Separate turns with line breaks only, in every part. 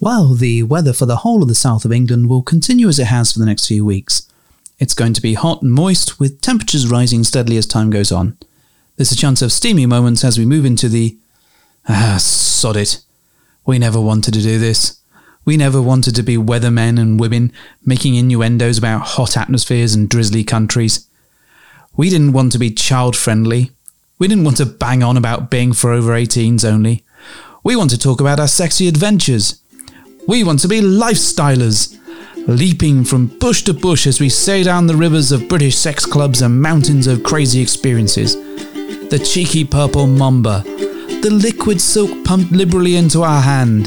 Well, the weather for the whole of the south of England will continue as it has for the next few weeks. It's going to be hot and moist, with temperatures rising steadily as time goes on. There's a chance of steamy moments as we move into the. Ah, sod it. We never wanted to do this. We never wanted to be weathermen and women making innuendos about hot atmospheres and drizzly countries. We didn't want to be child friendly. We didn't want to bang on about being for over 18s only. We want to talk about our sexy adventures. We want to be lifestylers, leaping from bush to bush as we sail down the rivers of British sex clubs and mountains of crazy experiences. The cheeky purple mamba, the liquid silk pumped liberally into our hand,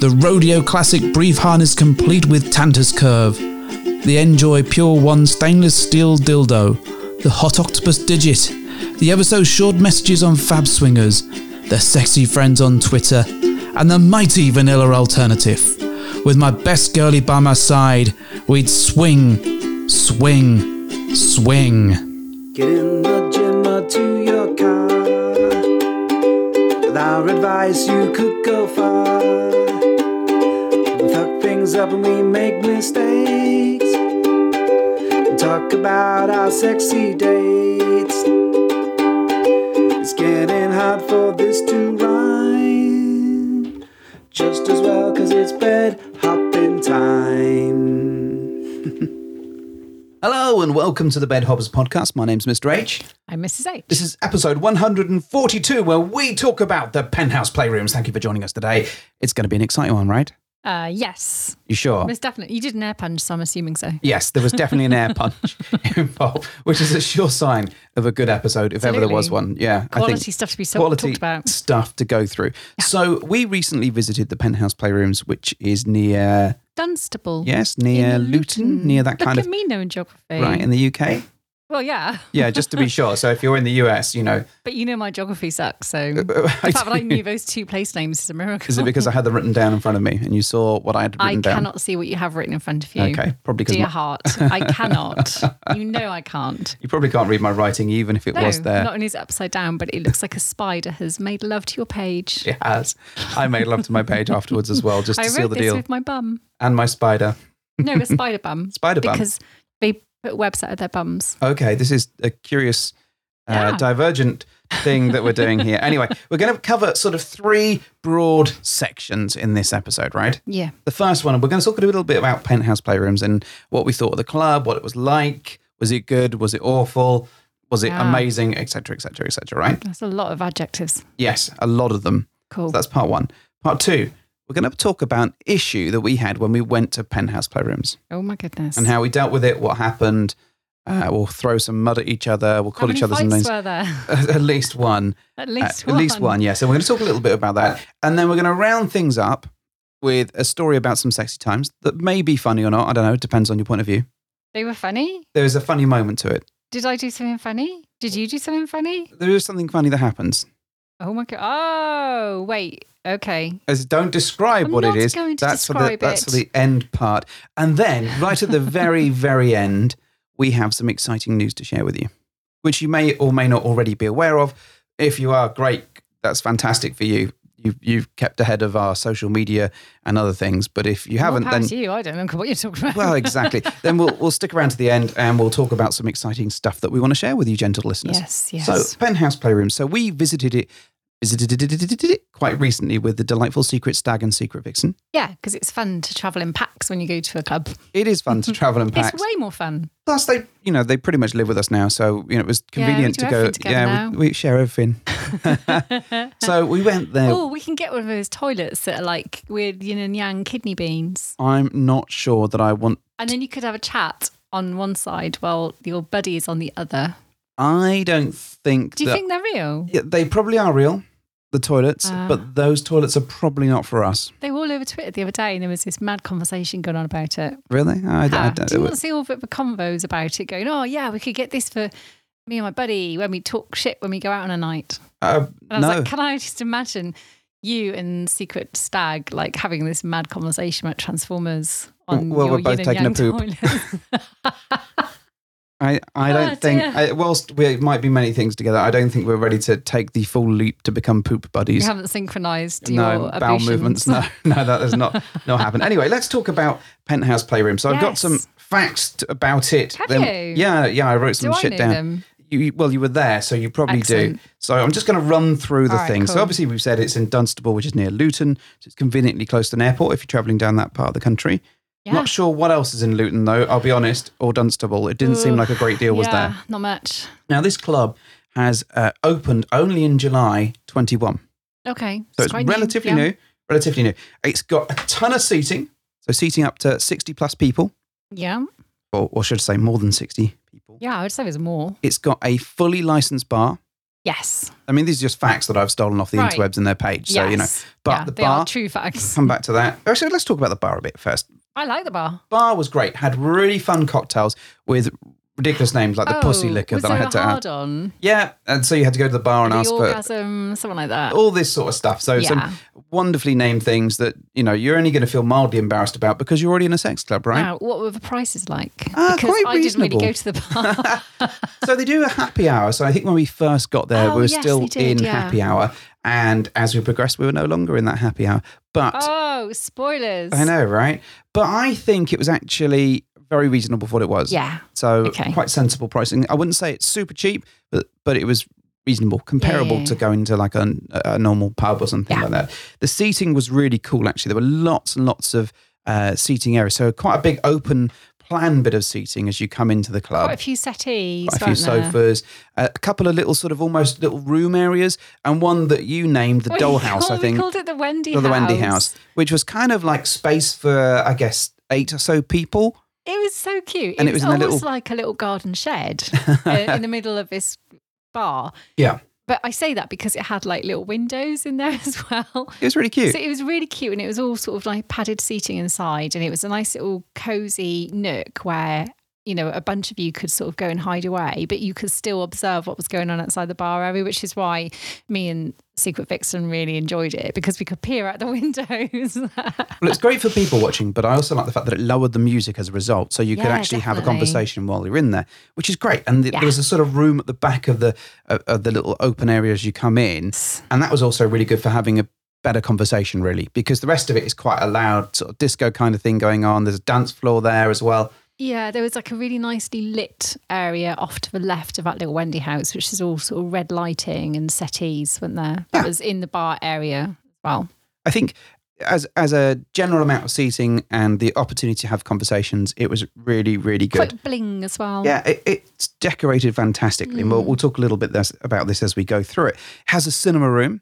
the rodeo classic brief harness complete with Tantus curve, the Enjoy Pure One stainless steel dildo, the Hot Octopus Digit, the ever so short messages on Fab Swingers, the sexy friends on Twitter, and the mighty vanilla alternative. With my best girlie by my side, we'd swing, swing, swing.
Get in the gym or to your car. With our advice, you could go far. We fuck things up and we make mistakes. And talk about our sexy dates. It's getting hard for this to rhyme. Just as well, cause it's bed hopping time. Hello and welcome to the Bed Hoppers podcast. My name's Mr. H.
I'm Mrs. H.
This is episode 142, where we talk about the penthouse playrooms. Thank you for joining us today. It's going to be an exciting one, right?
Uh, yes,
You sure?
most definitely. You did an air punch, so I'm assuming so.
Yes, there was definitely an air punch involved, which is a sure sign of a good episode, if ever there was
Absolutely.
one. Yeah,
Quality stuff to be so-
quality
talked about.
stuff to go through. So we recently visited the penthouse playrooms, which is near
Dunstable.
yes, near
In
Luton, near that
Look
kind
at
of
me knowing geography.
right in the UK.
Well, yeah,
Yeah, just to be sure. So if you're in the US, you know,
but you know my geography sucks. So the fact that I knew those two place names is a miracle.
is it because I had them written down in front of me and you saw what I had written
I
down?
cannot see what you have written in front of you.
Okay, probably because
Dear heart, I cannot. You know I can't.
You probably can't read my writing, even if it
No,
was there.
not only is it upside down, but it looks like a spider has made love to your page.
it has. I made love to my page afterwards as well, just
I
to seal
wrote
the
this
deal.
with my bum.
And my spider.
No, a spider bum.
Spider bum.
Because they put webs out of their bums.
Okay, this is a curious, uh,
Yeah.
divergent thing that we're doing here. Anyway, we're going to cover sort of three broad sections in this episode, right?
Yeah.
The first one, we're going to talk a little bit about penthouse playrooms and what we thought of the club, what it was like. Was it good? Was it awful? Was it
Yeah.
amazing? Et cetera, et cetera, et cetera, right?
That's a lot of adjectives.
Yes, a lot of them.
Cool.
So that's part one. Part two, we're going to talk about an issue that we had when we went to Penthouse Playrooms
oh my goodness.
and how we dealt with it, what happened. Uh, we'll throw some mud at each other. We'll
How
call
many
each other some names.
fights were there?
at least one.
At
Uh,
least
At
one.
least one, yeah. So we're going to talk a little bit about that. And then we're going to round things up with a story about some sexy times that may be funny or not. I don't know. It depends on your point of view.
They were funny.
There is a funny moment to it.
Did I do something funny? Did you do something funny?
There is something funny that happens.
Oh my god. Oh wait. Okay.
As don't describe
I'm
what
not
it is.
going to
that's for
describe
the that's for
it.
the end part. And then right at the very very end, we have some exciting news to share with you, which you may or may not already be aware of. If you are, great, that's fantastic for you. You've, you've kept ahead of our social media and other things. But if you haven't,
More power
then
to you. I don't know what you're talking about.
well, exactly. then we'll we'll stick around to the end and we'll talk about some exciting stuff that we want to share with you, gentle listeners.
yes. Yes.
So Penthouse Playroom. So we visited it visited it quite recently with the delightful Secret Stag and Secret Vixen.
yeah, because it's fun to travel in packs when you go to a club.
It is fun to travel in packs.
Mm-hmm. It's way more fun.
Plus, they you know they pretty much live with us now, so you know it was
Yeah, we
convenient
do
to go.
everything together
yeah, We, we share everything. so we went there.
Oh, we can get one of those toilets that are like weird yin and yang kidney beans,
I'm not sure that I want.
and then you could have a chat on one side while your buddy is on the other.
I don't think
Do you
that
think they're real?
Yeah, they probably are real. The toilets,
Ah.
but those toilets are probably not for us.
They were all over Twitter the other day, and there was this mad conversation going on about it.
Really? I, I
Ah,
don't
do you want to see all the, the convos about it going? Oh yeah, we could get this for me and my buddy when we talk shit when we go out on a night.
Uh,
And I was
no.
like, can I just imagine you and Secret Stag like having this mad conversation about Transformers on
Well,
your
we're both
yin
taking a
and yang
poop.
toilet?
I, I
Oh,
don't think,
dear.
I, whilst we might be many things together, I don't think we're ready to take the full leap to become poop
You
buddies.
haven't synchronized
no
your
bowel movements.
ablutions.
No, no, that has not not happened. Anyway, let's talk about Penthouse Playroom. So I've got
Yes.
some facts t- about it.
Have you?
Yeah, yeah. I wrote some
Do I
shit
know
down.
them?
You, you- well, you were there, so you probably
Excellent.
do. So I'm just going to run through the
All right,
things. So
cool.
obviously we've said it's in Dunstable, which is near Luton. So it's conveniently close to an airport if you're travelling down that part of the country.
Yeah.
Not sure what else is in Luton though. I'll be honest, or Dunstable. It didn't seem
Ugh,
like a great deal was
yeah,
there.
Not much.
Now this club has uh, opened only in July 21.
Okay.
So it's
quite
relatively
yeah.
new. Relatively new. It's got a ton of seating. So seating up to 60 plus people,
Yeah.
or, or should I say more than 60 people.
Yeah. I would say there's more.
It's got a fully licensed bar.
Yes.
I mean, these are just facts that I've stolen off the
Right.
interwebs and their page. So, you know,
Yes.
but
Yeah,
the
they are
bar,
true facts.
come back to that. Actually, let's talk about the bar a bit first.
I like the bar.
Bar was great, had really fun cocktails with ridiculous names like the Pussy
Oh,
Liquor
was
that I
there
had to
a
add.
hard on.
Yeah, and so you had to go to the bar and
The
ask for Oh,
orgasm, something like that.
all this sort of stuff. So
Yeah.
some wonderfully named things that you know you're only going to feel mildly embarrassed about because you're already in a sex club, right?
Now, what were the prices like?
Ah,
because
quite
I didn't really
reasonable.
go to the bar.
So they do a happy hour. So I think when we first got there,
Oh,
we were
yes,
still
they did,
in
yeah.
happy hour, and as we progressed, we were no longer in that happy hour. But
oh, spoilers.
I know, right? But I think it was actually very reasonable for what it was.
Yeah.
So
Okay.
quite sensible pricing. I wouldn't say it's super cheap, but but it was reasonable, comparable
yeah,
to going to like a, a normal pub or something
Yeah.
like that. The seating was really cool. Actually, there were lots and lots of uh, seating areas. So quite a big open plan bit of seating as you come into the club
Quite a few settees.
quite a few
weren't there?
sofas, a a couple of little sort of almost little room areas, and one that you named the
We
dollhouse, I
called-
think,
We called it the Wendy
or
House.
the Wendy House, which was kind of like space for I guess eight or so people.
It was so cute.
And it
it
was
was,
in a
almost
little-
like a little garden shed uh, in the middle of this bar.
Yeah,
But I say that because it had like little windows in there as well.
it was really cute.
So it was really cute and it was all sort of like padded seating inside and it was a nice little cozy nook where you know a bunch of you could sort of go and hide away but you could still observe what was going on outside the bar area which is why me and Secret Vixen really enjoyed it because we could peer out the windows.
well, it's great for people watching, but I also like the fact that it lowered the music as a result, so you could
Yeah,
actually have a
definitely.
conversation while you're in there, which is great. And th- there was a sort of room at the back of the of, of the little open area as you come in, and that was also really good for having a better conversation, really, because the rest of it is quite a loud sort of disco kind of thing going on. There's a dance floor there as well.
yeah, there was like a really nicely lit area off to the left of that little Wendy house which is all sort of red lighting and settees weren't there. That
Yeah.
was in the bar area as well.
I think as as a general amount of seating and the opportunity to have conversations, it was really really good.
Quite bling as well.
Yeah, it, it's decorated fantastically.
Mm.
We'll, we'll talk a little bit this, about this as we go through it. it has a cinema room.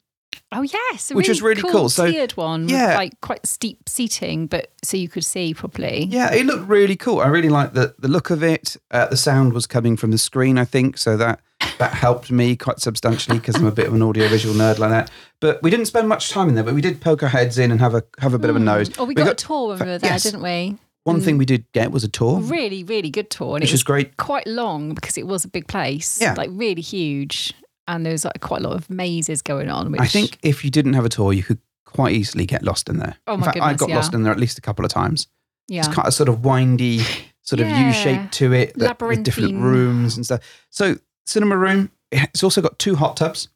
Oh yes, a
Which was really cool. So-
tiered one,
yeah.
with like quite steep seating, but so you could see properly.
Yeah, it looked really cool. I really liked the the look of it. Uh, the sound was coming from the screen, I think, so that that helped me quite substantially because I'm a bit of an audio visual nerd like that. But we didn't spend much time in there, but we did poke our heads in and have a have a bit of a nose.
Oh, we, got, a tour when we were there,
yes.
didn't we?
One thing we did get was a tour,
Really, really good tour, and
which
it
was
was
great.
quite long because it was a big place.
Yeah.
like really huge, and there was like quite a lot of mazes going on. Which
I think if you didn't have a tour, you could quite easily get lost in there.
Oh
in
my
fact, I
goodness,
got
yeah.
lost in there at least a couple of times.
yeah,
It's kind of sort of windy, sort of U
Yeah.
shape to it, that, with different
Labyrinthine.
rooms and stuff. So cinema room. It's also got two hot tubs.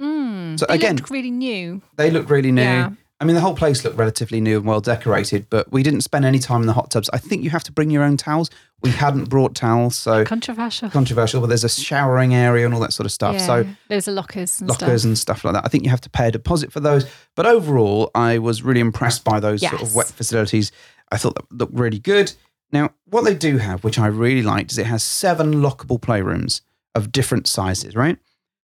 Mm.
So
They
again-
looked really new.
They look really new.
Yeah.
I mean, the whole place looked relatively new and well decorated, but we didn't spend any time in the hot tubs. I think you have to bring your own towels. We hadn't brought towels, so
Controversial.
controversial. But there's a showering area and all that sort of stuff.
yeah.
So
there's the lockers and
lockers
stuff.
and stuff like that. I think you have to pay a deposit for those. But overall, I was really impressed by those sort of
Yes.
wet facilities. I thought that looked really good. Now, what they do have, which I really liked, is it has seven lockable playrooms of different sizes, right?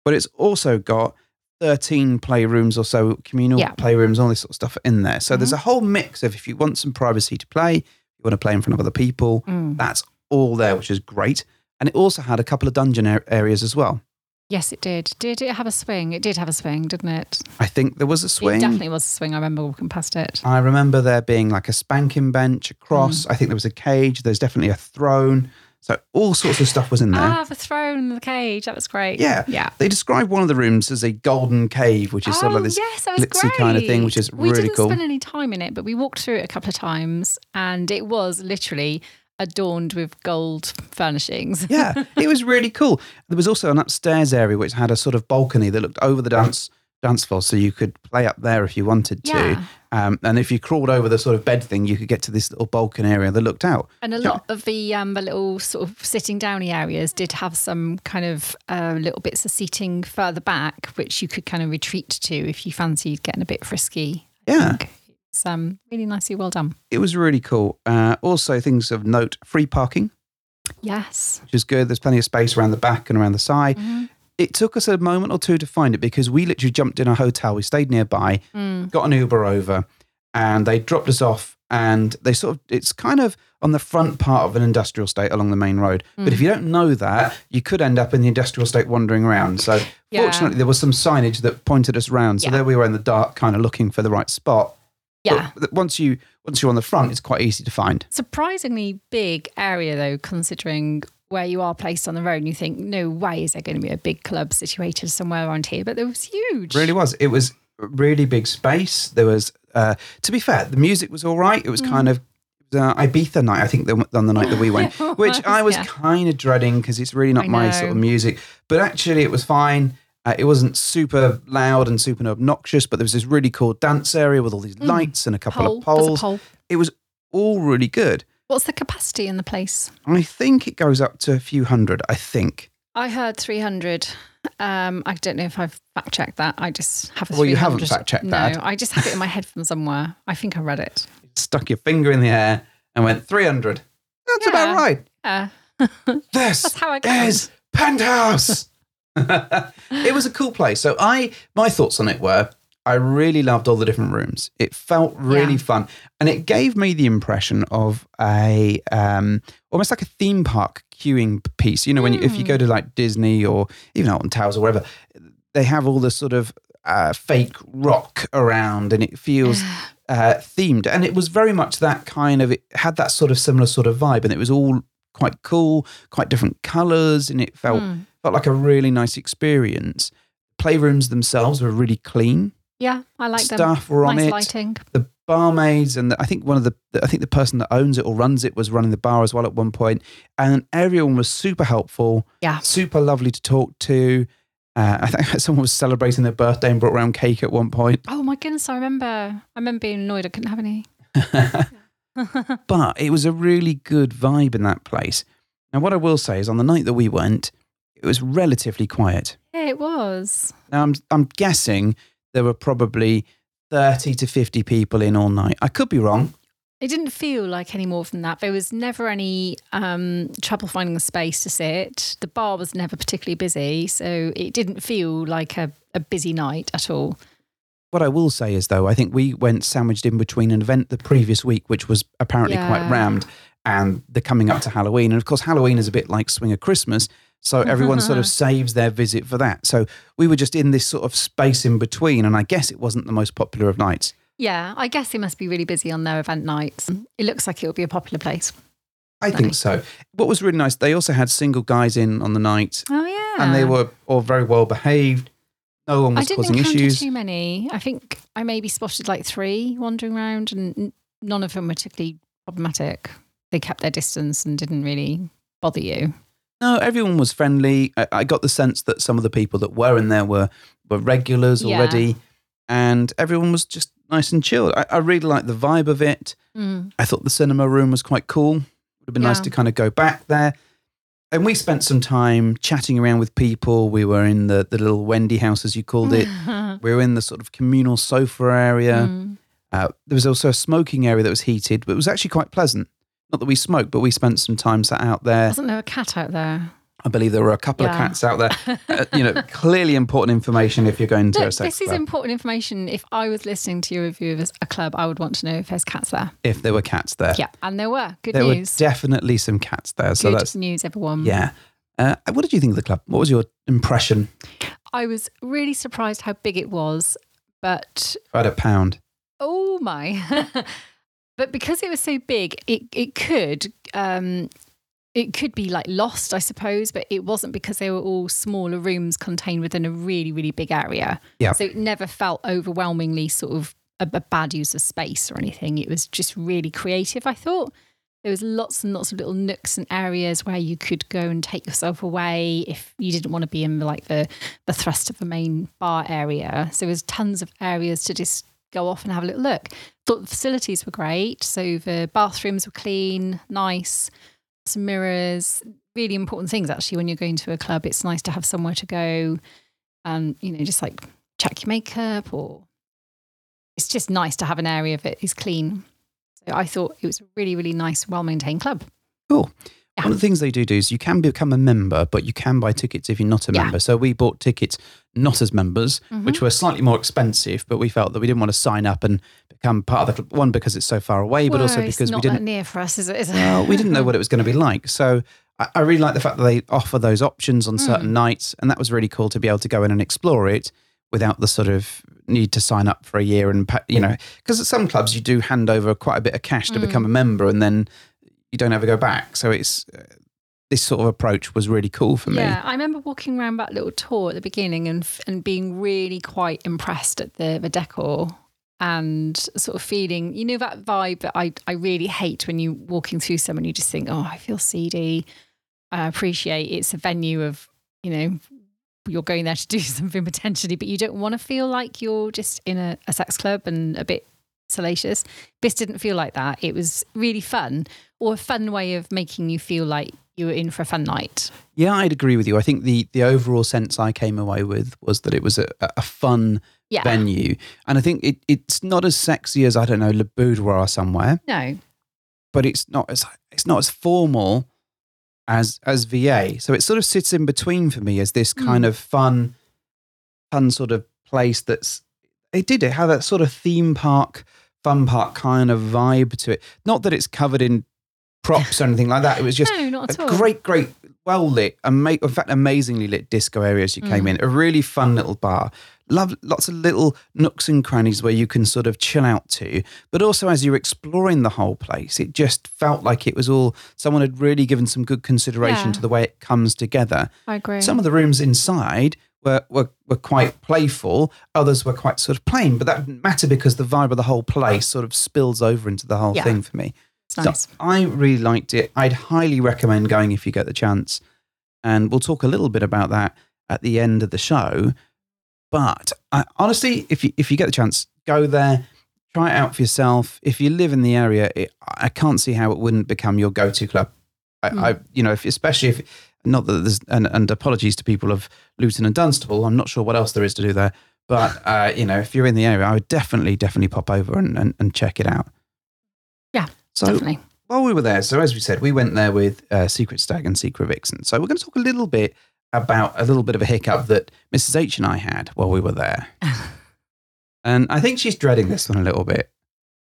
But it's also got 13 playrooms or so, communal
Yeah. Mm-hmm.
playrooms, all this sort of stuff in there. So there's a whole mix of if you want some privacy to play, you want to play in front of other people,
Mm.
that's all there, which is great. And it also had a couple of dungeon ar- areas as well.
Yes, it did. Did it have a swing? It did have a swing, didn't it?
I think there was a swing.
It definitely was a swing. I remember walking past it.
I remember there being like a spanking bench, a cross.
Mm.
I think there was a cage. There's definitely a throne. So all sorts of stuff was in there.
Ah, the throne in the cage. That was great.
yeah.
Yeah. Oh,
They describe one of the rooms as a golden cave, which is sort of like this
yes, that was
glitzy kind of thing, which is
we
really
didn't
cool.
spend any time in it, but we walked through it a couple of times, and it was literally adorned with gold furnishings.
yeah, it was really cool. There was also an upstairs area which had a sort of balcony that looked over the dance dance floor, so you could play up there if you wanted to.
Yeah.
Um, and if you crawled over the sort of bed thing, you could get to this little balcony area that looked out.
And a
Yeah.
lot of the um, the little sort of sitting downy areas did have some kind of uh, little bits of seating further back, which you could kind of retreat to if you fancied getting a bit frisky. I
Yeah.
think. It's um, really nicely well done.
It was really cool. Uh, also, things of note: free parking,
Yes.
which is good. There's plenty of space around the back and around the side.
Mhm.
It took us a moment or two to find it because we literally jumped in a hotel. We stayed nearby,
Mm.
got an Uber over, and they dropped us off. And they sort of, it's kind of on the front part of an industrial estate along the main road. But
Mm.
if you don't know that, you could end up in the industrial estate wandering around. So
Yeah.
fortunately, there was some signage that pointed us round. So
Yeah.
there we were in the dark, kind of looking for the right spot. But
Yeah.
th- once you once you're on the front, it's quite easy to find.
Surprisingly big area though, considering where you are placed on the road. And you think, no way is there going to be a big club situated somewhere around here, but there was huge.
Really was. It was a really big space. There was, uh, to be fair, the music was all right. It was
Mm.
kind of uh, Ibiza night, I think, the, on the night that we went,
It
which I was
was, yeah.
kind of dreading because it's really
I
not my sort of
know.
music. But actually, it was fine. Uh, it wasn't super loud and super obnoxious, but there was this really cool dance area with all these lights and a couple
Mm. Pole.
of
There's
poles.
a pole.
It was all really good.
What's the capacity in the place?
I think it goes up to a few hundred, I think.
I heard 300. Um, I don't know if I've fact checked that. I just have a
Well, you haven't
300
fact-checked
no,
that.
I just have it in my head from somewhere. I think I read it.
Stuck your finger in the air and went 300. That's
Yeah.
about right.
Yeah.
This
how I count.
is Penthouse. it was a cool place. So I my thoughts on it were I really loved all the different rooms. It felt really
Yeah.
fun, and it gave me the impression of a um, almost like a theme park queuing piece. You know, when you, if you
Hmm.
go to like Disney or even Alton Towers or wherever, they have all the sort of uh, fake rock around, and it feels uh, themed. And it was very much that kind of. It had that sort of similar sort of vibe, and it was all quite cool, quite different colours, and it felt felt like a really nice experience. Playrooms themselves were really clean.
Yeah, I like them.
Staff were on
nice
it.
lighting.
The barmaids and the, I think one of the I think the person that owns it or runs it was running the bar as well at one point, and everyone was super helpful.
Yeah.
super lovely to talk to. Uh, I think someone was celebrating their birthday and brought around cake at one point.
Oh my goodness, I remember. I remember being annoyed I couldn't have any.
but it was a really good vibe in that place. Now, what I will say is, on the night that we went, it was relatively quiet.
Yeah, it was.
Now, I'm, I'm guessing there were probably 30 to 50 people in all night. I could be wrong.
It didn't feel like any more than that. There was never any um, trouble finding a space to sit. The bar was never particularly busy, so it didn't feel like a, a busy night at all.
What I will say is, though, I think we went sandwiched in between an event the previous week, which was apparently quite
Yeah.
rammed, and the coming up to Halloween. And of course, Halloween is a bit like Swing of Christmas. So everyone sort of saves their visit for that. So we were just in this sort of space in between. And I guess it wasn't the most popular of nights.
Yeah, I guess they must be really busy on their event nights. It looks like it will be a popular place.
I think so. What was really nice, they also had single guys in on the night,
Oh yeah,
and they were all very well behaved. No one
I
was
didn't
causing
encounter
issues.
too many. I think I maybe spotted like three wandering around, and n- none of them were particularly problematic. They kept their distance and didn't really bother you.
No, everyone was friendly. I, I got the sense that some of the people that were in there were were regulars
Yeah.
already, and everyone was just nice and chilled. I, I really liked the vibe of it.
Mm.
I thought the cinema room was quite cool. Would have been nice to
Yeah.
kind of go back there. And we spent some time chatting around with people. We were in the, the little Wendy house, as you called it. we were in the sort of communal sofa area.
Hmm.
Uh, there was also a smoking area that was heated, but it was actually quite pleasant. Not that we smoked, but we spent some time sat out there.
Wasn't there a cat out there?
I believe there were a couple of
Yeah.
cats out there. Uh, you know, clearly important information if you're going to
Look,
a sex
this is
club.
important information. If I was listening to your review of a club, I would want to know if there's cats there.
if there were cats there,
Yeah, and there were. Good
there
news.
were definitely some cats there. So
Good
that's
news, everyone.
yeah. Uh, what did you think of the club? What was your impression?
I was really surprised how big it was, but
If I had a pound,
oh my! but because it was so big, it it could um, it could be like lost, I suppose. But it wasn't because they were all smaller rooms contained within a really really big area.
Yeah.
So it never felt overwhelmingly sort of a, a bad use of space or anything. It was just really creative. I thought. There there was lots and lots of little nooks and areas where you could go and take yourself away if you didn't want to be in like the the thrust of the main bar area. So there was tons of areas to just go off and have a little look. Thought the facilities were great. So the bathrooms were clean, nice, some mirrors, really important things actually when you're going to a club. It's nice to have somewhere to go and, you know, just like check your makeup or it's just nice to have an area that is clean. So I thought it was a really, really nice, well maintained club.
Cool. One of the things they do do is you can become a member, but you can buy tickets if you're not a
Yeah.
member. So we bought tickets not as members,
Mhm.
which were slightly more expensive, but we felt that we didn't want to sign up and become part of the club. One because it's so far away, but also
Whoa, it's
because we
not
didn't
that near for us, is it? Is it?
well, Uh, we didn't know what it was going to be like. So I, I really like the fact that they offer those options on
Hmm.
certain nights, and that was really cool to be able to go in and explore it without the sort of need to sign up for a year and pa- you know because at some clubs you do hand over quite a bit of cash
Hmm.
to become a member and then you don't ever go back. So it's uh, this sort of approach was really cool for me.
Yeah, I remember walking around that little tour at the beginning and f- and being really quite impressed at the the decor and sort of feeling, you know, that vibe that I I really hate when you walking through someone you just think, oh, I feel seedy. I appreciate it's a venue of you know you're going there to do something potentially, but you don't want to feel like you're just in a, a sex club and a bit salacious. This didn't feel like that. It was really fun or a fun way of making you feel like you were in for a fun night.
Yeah, I'd agree with you. I think the the overall sense I came away with was that it was a, a fun
Yeah.
venue, and I think it, it's not as sexy as I don't know Le Boudoir somewhere,
No.
but it's not as it's not as formal as as VA. So it sort of sits in between for me as this kind
Hmm.
of fun, fun sort of place that's it did it had that sort of theme park, fun park kind of vibe to it. Not that it's covered in props or anything like that. It was just
no, not at
a
all.
great, great, well lit, ama- in fact, amazingly lit disco area as you came
Mm.
in. A really fun little bar. Love lots of little nooks and crannies where you can sort of chill out to. But also, as you're exploring the whole place, it just felt like it was all someone had really given some good consideration
Yeah.
to the way it comes together.
I agree.
Some of the rooms inside were, were, were quite playful, others were quite sort of plain, but that didn't matter because the vibe of the whole place sort of spills over into the whole
Yeah.
thing for me.
it's nice.
So I really liked it. I'd highly recommend going if you get the chance. And we'll talk a little bit about that at the end of the show. But I, honestly, if you, if you get the chance, go there, try it out for yourself. If you live in the area, it, I can't see how it wouldn't become your go to club. I,
Hmm.
I, you know, if, especially if, not that there's, and, and apologies to people of Luton and Dunstable, I'm not sure what else there is to do there. But, uh, you know, if you're in the area, I would definitely, definitely pop over and, and, and check it out.
Yeah,
So,
Definitely.
while we were there, so as we said, we went there with uh, Secret Stag and Secret Vixen. So we're going to talk a little bit about a little bit of a hiccup that Mrs. H and I had while we were there. and I think she's dreading this one a little bit.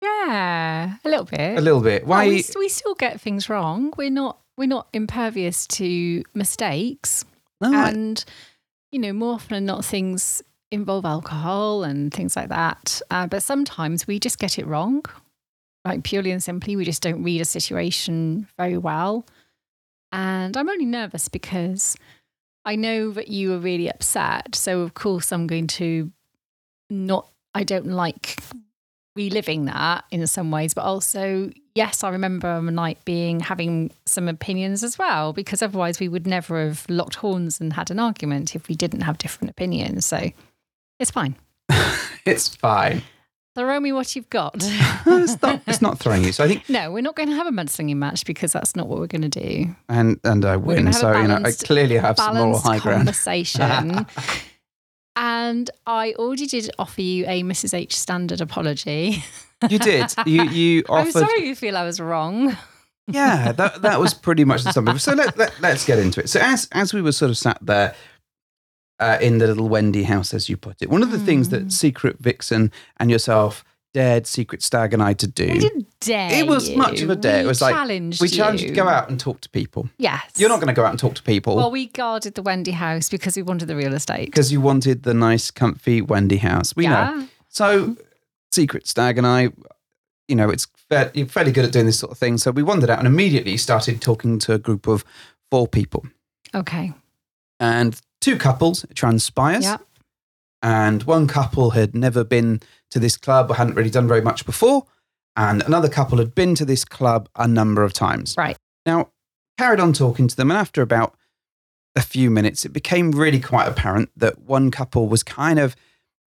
Yeah, a little bit.
A little bit.
Well,
Why?
we, we still get things wrong. We're not we're not impervious to mistakes,
No, I-
and you know more often than not things involve alcohol and things like that. Uh, but sometimes we just get it wrong. Like purely and simply, we just don't read a situation very well. And I'm only nervous because I know that you were really upset. So of course I'm going to not I don't like reliving that in some ways, but also yes, I remember on a night being having some opinions as well, because otherwise we would never have locked horns and had an argument if we didn't have different opinions. So it's fine.
it's fine.
Throw me what you've got.
it's not. It's not throwing you. So I think,
no, we're not going to have a mudslinging match because that's not what we're going to do.
and and I
gonna
win.
have a
So you know, I
balanced-
clearly have some moral
balanced
high ground.
conversation. and I already did offer you a Mrs. H standard apology.
You did. You you
I'm
offered.
sorry you feel I was wrong.
yeah, that that was pretty much the summary. So let, let let's get into it. So as as we were sort of sat there uh, in the little Wendy house, as you put it, one of the things
Mm.
that Secret Vixen and yourself dared Secret Stag and I to do.
I didn't dare.
it was
you.
much of a dare.
We
it was like
challenged
we challenged
you.
to go out and talk to people.
Yes.
You're not going to go out and talk to
Well,
people
we guarded the Wendy house because we wanted the real estate.
because you wanted the nice, comfy Wendy house. We know.
yeah.
So, Secret Stag and I, you know, it's fair, you're fairly good at doing this sort of thing. So we wandered out and immediately started talking to a group of four people
Okay.
and two couples. It transpires,
Yep.
and one couple had never been to this club or hadn't really done very much before, and another couple had been to this club a number of times.
Right.
Now, carried on talking to them, and after about a few minutes, it became really quite apparent that one couple was kind of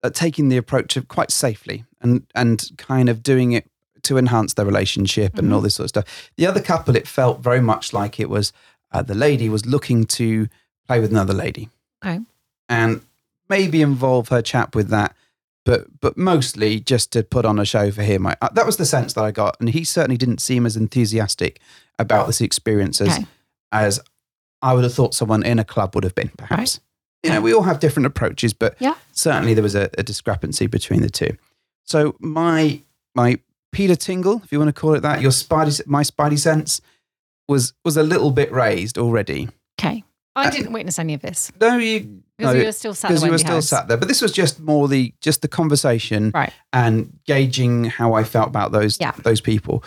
uh, taking the approach of quite safely and and kind of doing it to enhance their relationship and all this sort of stuff. The other couple, it felt very much like it was uh, the lady was looking to play with another lady
Okay.
and maybe involve her chap with that, but but mostly just to put on a show for him. I, uh, that was the sense that I got, and he certainly didn't seem as enthusiastic about this experience as
Okay.
as I would have thought someone in a club would have been, perhaps. You know, we all have different approaches, but
Yeah.
certainly there was a, a discrepancy between the two. So my my Peter Tingle, if you want to call it that, your spidey, my spidey sense was was a little bit raised already.
Okay. I didn't witness any of this
Uh, No, you
because
no,
we were still sat. in
because
the
you were
Wendy
still
house.
sat there. But this was just more the just the conversation
Right.
and gauging how I felt about those
Yeah.
those people.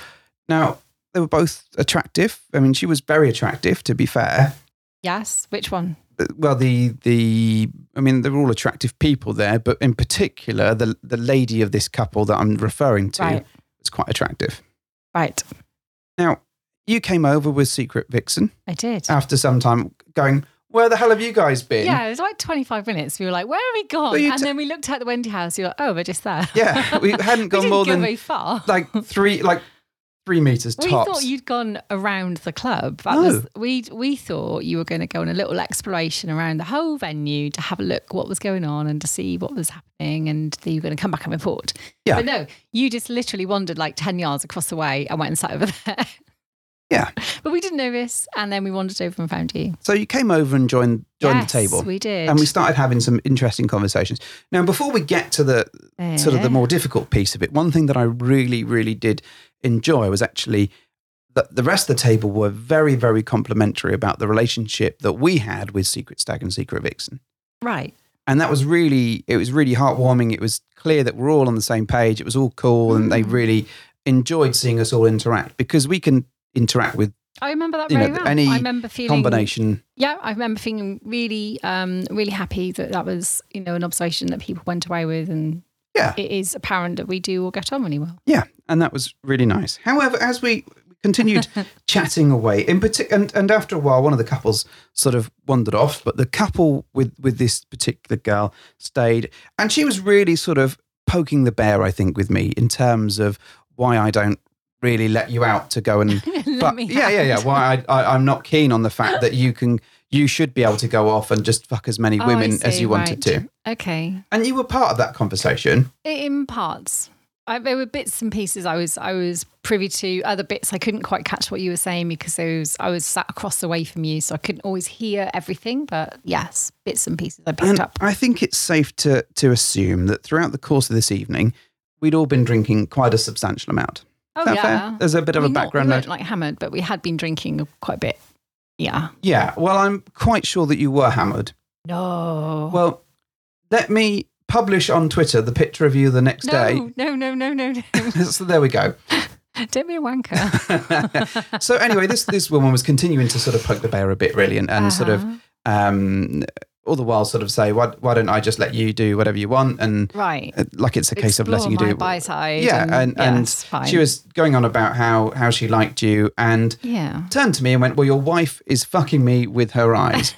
Now they were both attractive. I mean, she was very attractive. To be fair,
Yes. Which one?
Uh, well, the the I mean, they're all attractive people there, but in particular, the the lady of this couple that I'm referring to
Right.
was quite attractive.
Right.
Now you came over with Secret Vixen
I did.
after some time, going, "Where the hell have you guys been?"
yeah, it was like 25 minutes. We were like, where are we gone?
Well, you
and
t-
then we looked at the Wendy house. You're like, oh, we're just there.
Yeah, we hadn't gone
didn't
more
go
than
very far.
like three like three meters
We
tops.
thought you'd gone around the club. That
No.
was, we we thought you were going to go on a little exploration around the whole venue to have a look what was going on and to see what was happening, and that you were going to come back and report.
Yeah.
But no, you just literally wandered like ten yards across the way and went and sat over there.
Yeah.
But we didn't know this, and then we wandered over and found you.
so you came over and joined joined
Yes,
the table.
We did.
and we started having some interesting conversations. Now, before we get to the sort of the
Yeah.
more difficult piece of it, one thing that I really, really did enjoy was actually that the rest of the table were very, very complimentary about the relationship that we had with Secret Stag and Secret Vixen.
right.
and that was really it was really heartwarming it was clear that we're all on the same page it was all cool and
Mm.
they really enjoyed seeing us all interact because we can interact with
I remember that
You know,
very well.
any
I remember feeling
combination
Yeah, I remember feeling really, um, really happy that that was, you know, an observation that people went away with, and
Yeah.
it is apparent that we do all get on really well.
yeah and that was really nice however as we continued chatting away in particular and, and after a while one of the couples sort of wandered off but the couple with with this particular girl stayed and she was really sort of poking the bear i think with me in terms of why i don't really let you out to go and
Let
But-
me
yeah, yeah, yeah.
out.
Why I, I, I'm not keen on the fact that you can, you should be able to go off and just fuck as many
Oh, I
women as
see,
you wanted
right.
to.
Okay,
And you were part of that conversation.
it in parts. I, there were bits and pieces I was I was privy to. Other bits I couldn't quite catch what you were saying because I was I was sat across the way from you, so I couldn't always hear everything. But yes, bits and pieces I picked
And
up.
I think it's safe to to assume that throughout the course of this evening, we'd all been drinking quite a substantial amount.
Oh
Is that
yeah,
fair? There's a bit of
we
a
not-
background
We
note.
weren't like hammered, but we had been drinking quite a bit. Yeah.
yeah. Well, I'm quite sure that you were hammered.
No.
Well, let me publish on Twitter the picture of you the next day.
No, no, no, no, no, no.
so there we go.
Don't be a wanker.
so anyway, this this woman was continuing to sort of poke the bear a bit, really, and, and sort of
Uh-huh.
um, all the while sort of say, why, why don't I just let you do whatever you want? And
Right.
uh, like it's a case of letting
Explore
you
my
do.
buy side.
yeah,
and,
and, and
yes, fine.
she was going on about how, how she liked you and
Yeah.
turned to me and went, well, your wife is fucking me with her eyes.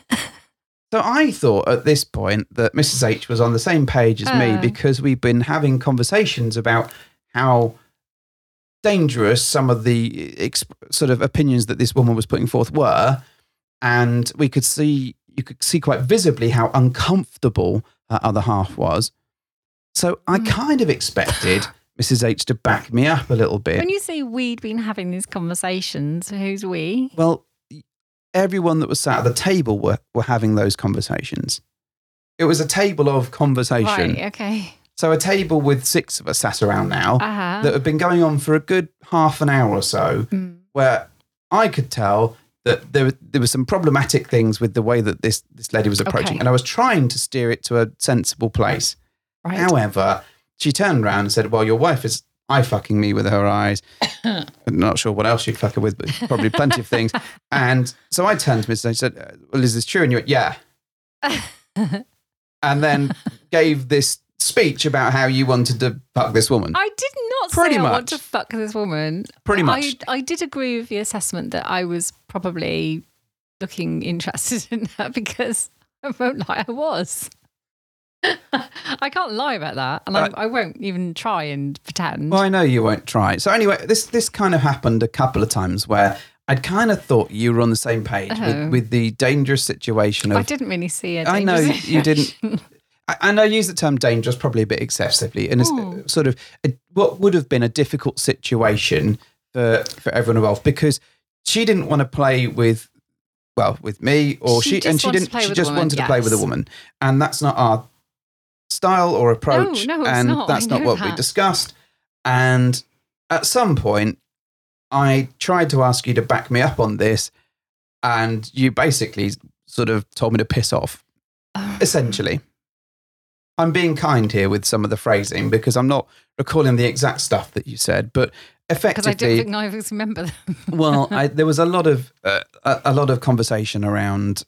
so I thought at this point that Mrs. H was on the same page as me
Oh.
because we've been having conversations about how dangerous some of the exp- sort of opinions that this woman was putting forth were and we could see you could see quite visibly how uncomfortable her other half was. So I kind of expected Mrs. H to back me up a little bit.
When you say we'd been having these conversations, who's we?
well, everyone that was sat at the table were, were having those conversations. It was a table of conversation.
Right. Okay.
So a table with six of us sat around now
Uh
that
huh.
had been going on for a good half an hour or so,
Mm,
where I could tell that there were, there were some problematic things with the way that this, this lady was approaching.
Okay.
And I was trying to steer it to a sensible place.
Right.
However, she turned around and said, Well, your wife is eye fucking me with her eyes. I'm not sure what else she'd fuck her with, but probably plenty of things. And so I turned to Mrs. and I said, "Uh, Well, is this true? And you went, Yeah. and then gave this speech about how you wanted to fuck this woman.
I did not
Pretty
say
much.
I want to fuck this woman.
Pretty much.
I, I did agree with the assessment that I was probably looking interested in that because I won't lie, I was. I can't lie about that, and I,
Uh,
I won't even try and pretend.
Well, I know you won't try. So anyway, this this kind of happened a couple of times where I'd kind of thought you were on the same page
Oh.
with, with the dangerous situation
I
of.
didn't really see it.
I know you didn't. I- And I use the term dangerous probably a bit excessively, and it's uh,
Ooh.
sort of a, what would have been a difficult situation for for everyone involved because she didn't want to play with, well, with me or
She
she,
just
and she
wants to
didn't.
play
She
with a
just
woman,
wanted to play with a
yes.
woman, and that's not our style or approach,
no, it's
and
not.
that's
I
not
know
what we
that.
discussed. And at some point, I tried to ask you to back me up on this, and you basically sort of told me to piss off essentially. I'm being kind here with some of the phrasing because I'm not recalling the exact stuff that you said, but
because I didn't
effectively,
think neither of us remember them.
well, I, there was a lot of uh, a, a lot of conversation around.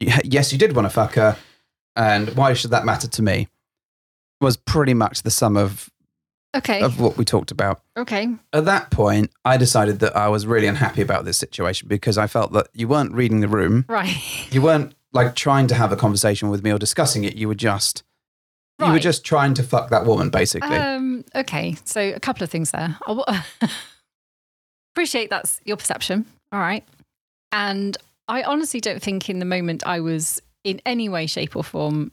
y- Yes, you did want to fuck her, and why should that matter to me? Was pretty much the sum of
Okay,
of what we talked about.
okay,
At that point, I decided that I was really unhappy about this situation because I felt that you weren't reading the room
right.
you weren't like trying to have a conversation with me or discussing it. You were just you were
Right.
just trying to fuck that woman, basically.
Um, okay, so a couple of things there. I wa- appreciate that's your perception. All right. And I honestly don't think in the moment I was in any way, shape, or form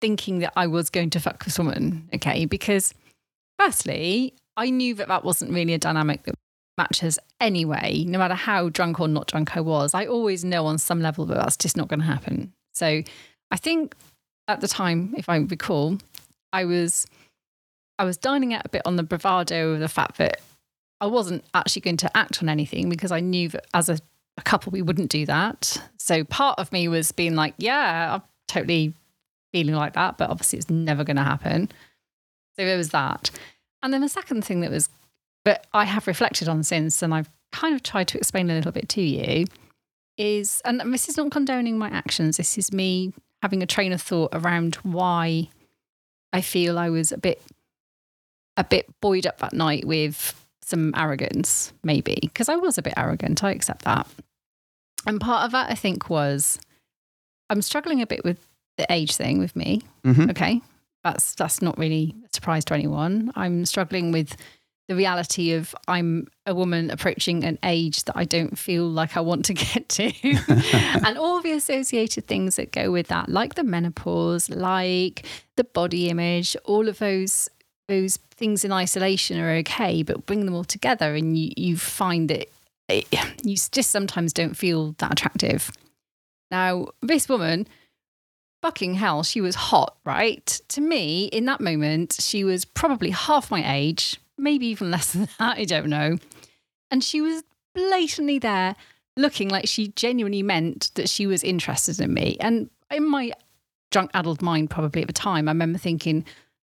thinking that I was going to fuck this woman. Okay. Because firstly, I knew that that wasn't really a dynamic that matches anyway, no matter how drunk or not drunk I was. I always know on some level that that's just not going to happen. So I think at the time, if I recall, I was I was dining out a bit on the bravado of the fact that I wasn't actually going to act on anything because I knew that as a, a couple we wouldn't do that. So part of me was being like, yeah, I'm totally feeling like that, but obviously it's never going to happen. So there was that. And then the second thing that was that I have reflected on since, and I've kind of tried to explain a little bit to you, is, and this is not condoning my actions, this is me having a train of thought around why I feel I was a bit a bit buoyed up that night with some arrogance, maybe, because I was a bit arrogant. I accept that. And part of that, I think, was I'm struggling a bit with the age thing with me.
Mhm.
Okay. That's that's not really a surprise to anyone. I'm struggling with the reality of I'm a woman approaching an age that I don't feel like I want to get to. and all the associated things that go with that, like the menopause, like the body image, all of those those things in isolation are okay, but bring them all together and you, you find that it, you just sometimes don't feel that attractive. Now, this woman, fucking hell, she was hot, right? To me, in that moment, she was probably half my age, maybe even less than that, I don't know. And she was blatantly there looking like she genuinely meant that she was interested in me. And in my drunk addled mind, probably at the time, I remember thinking,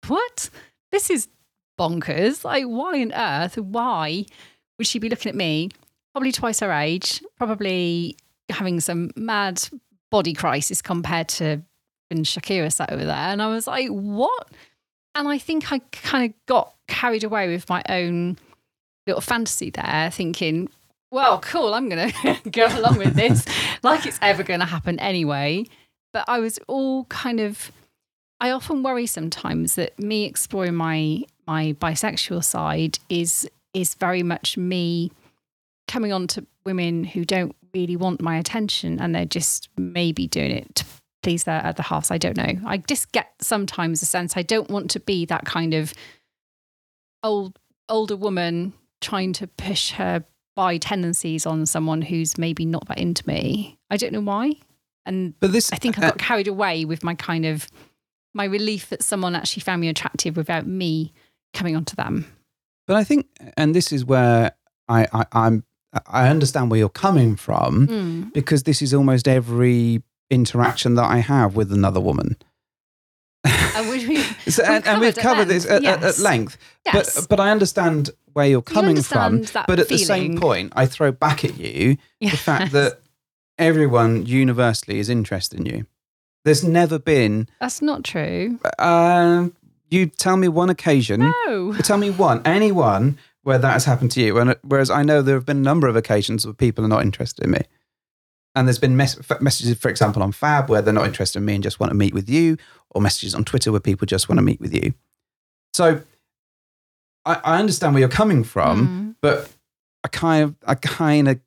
what? This is bonkers. Like, why on earth? Why would she be looking at me? Probably twice her age, probably having some mad body crisis compared to when Shakira sat over there. And I was like, what? And I think I kind of got carried away with my own little fantasy there, thinking, well, cool, I'm going to go along with this like it's ever going to happen anyway. But I was all kind of, I often worry sometimes that me exploring my my bisexual side is is very much me coming on to women who don't really want my attention and they're just maybe doing it to please their other halves. I don't know. I just get sometimes a sense I don't want to be that kind of old older woman trying to push her by tendencies on someone who's maybe not that into me. I don't know why. And
but this,
I think I
uh,
got carried away with my kind of my relief that someone actually found me attractive without me coming onto them.
but I think, and this is where I, I I'm I understand where you're coming from
Hmm.
because this is almost every interaction that I have with another woman.
And we, we-
So,
we've
and, and we've covered
covered at
this at, at-
length.
at length,
yes.
but but I understand where you're coming from.
understand that
But at the same
feeling.
point, I throw back at you the fact
Yes.
that everyone universally is interested in you. There's never been,
that's not true.
um, you tell me one occasion.
No.
You Tell me one, anyone, where that has happened to you. And uh, whereas I know there have been a number of occasions where people are not interested in me. And there's been mes- f- messages, for example, on Fab where they're not interested in me and just want to meet with you, or messages on Twitter where people just want to meet with you. So I, I understand where you're coming
Mm.
from, but I kind of, I kind of,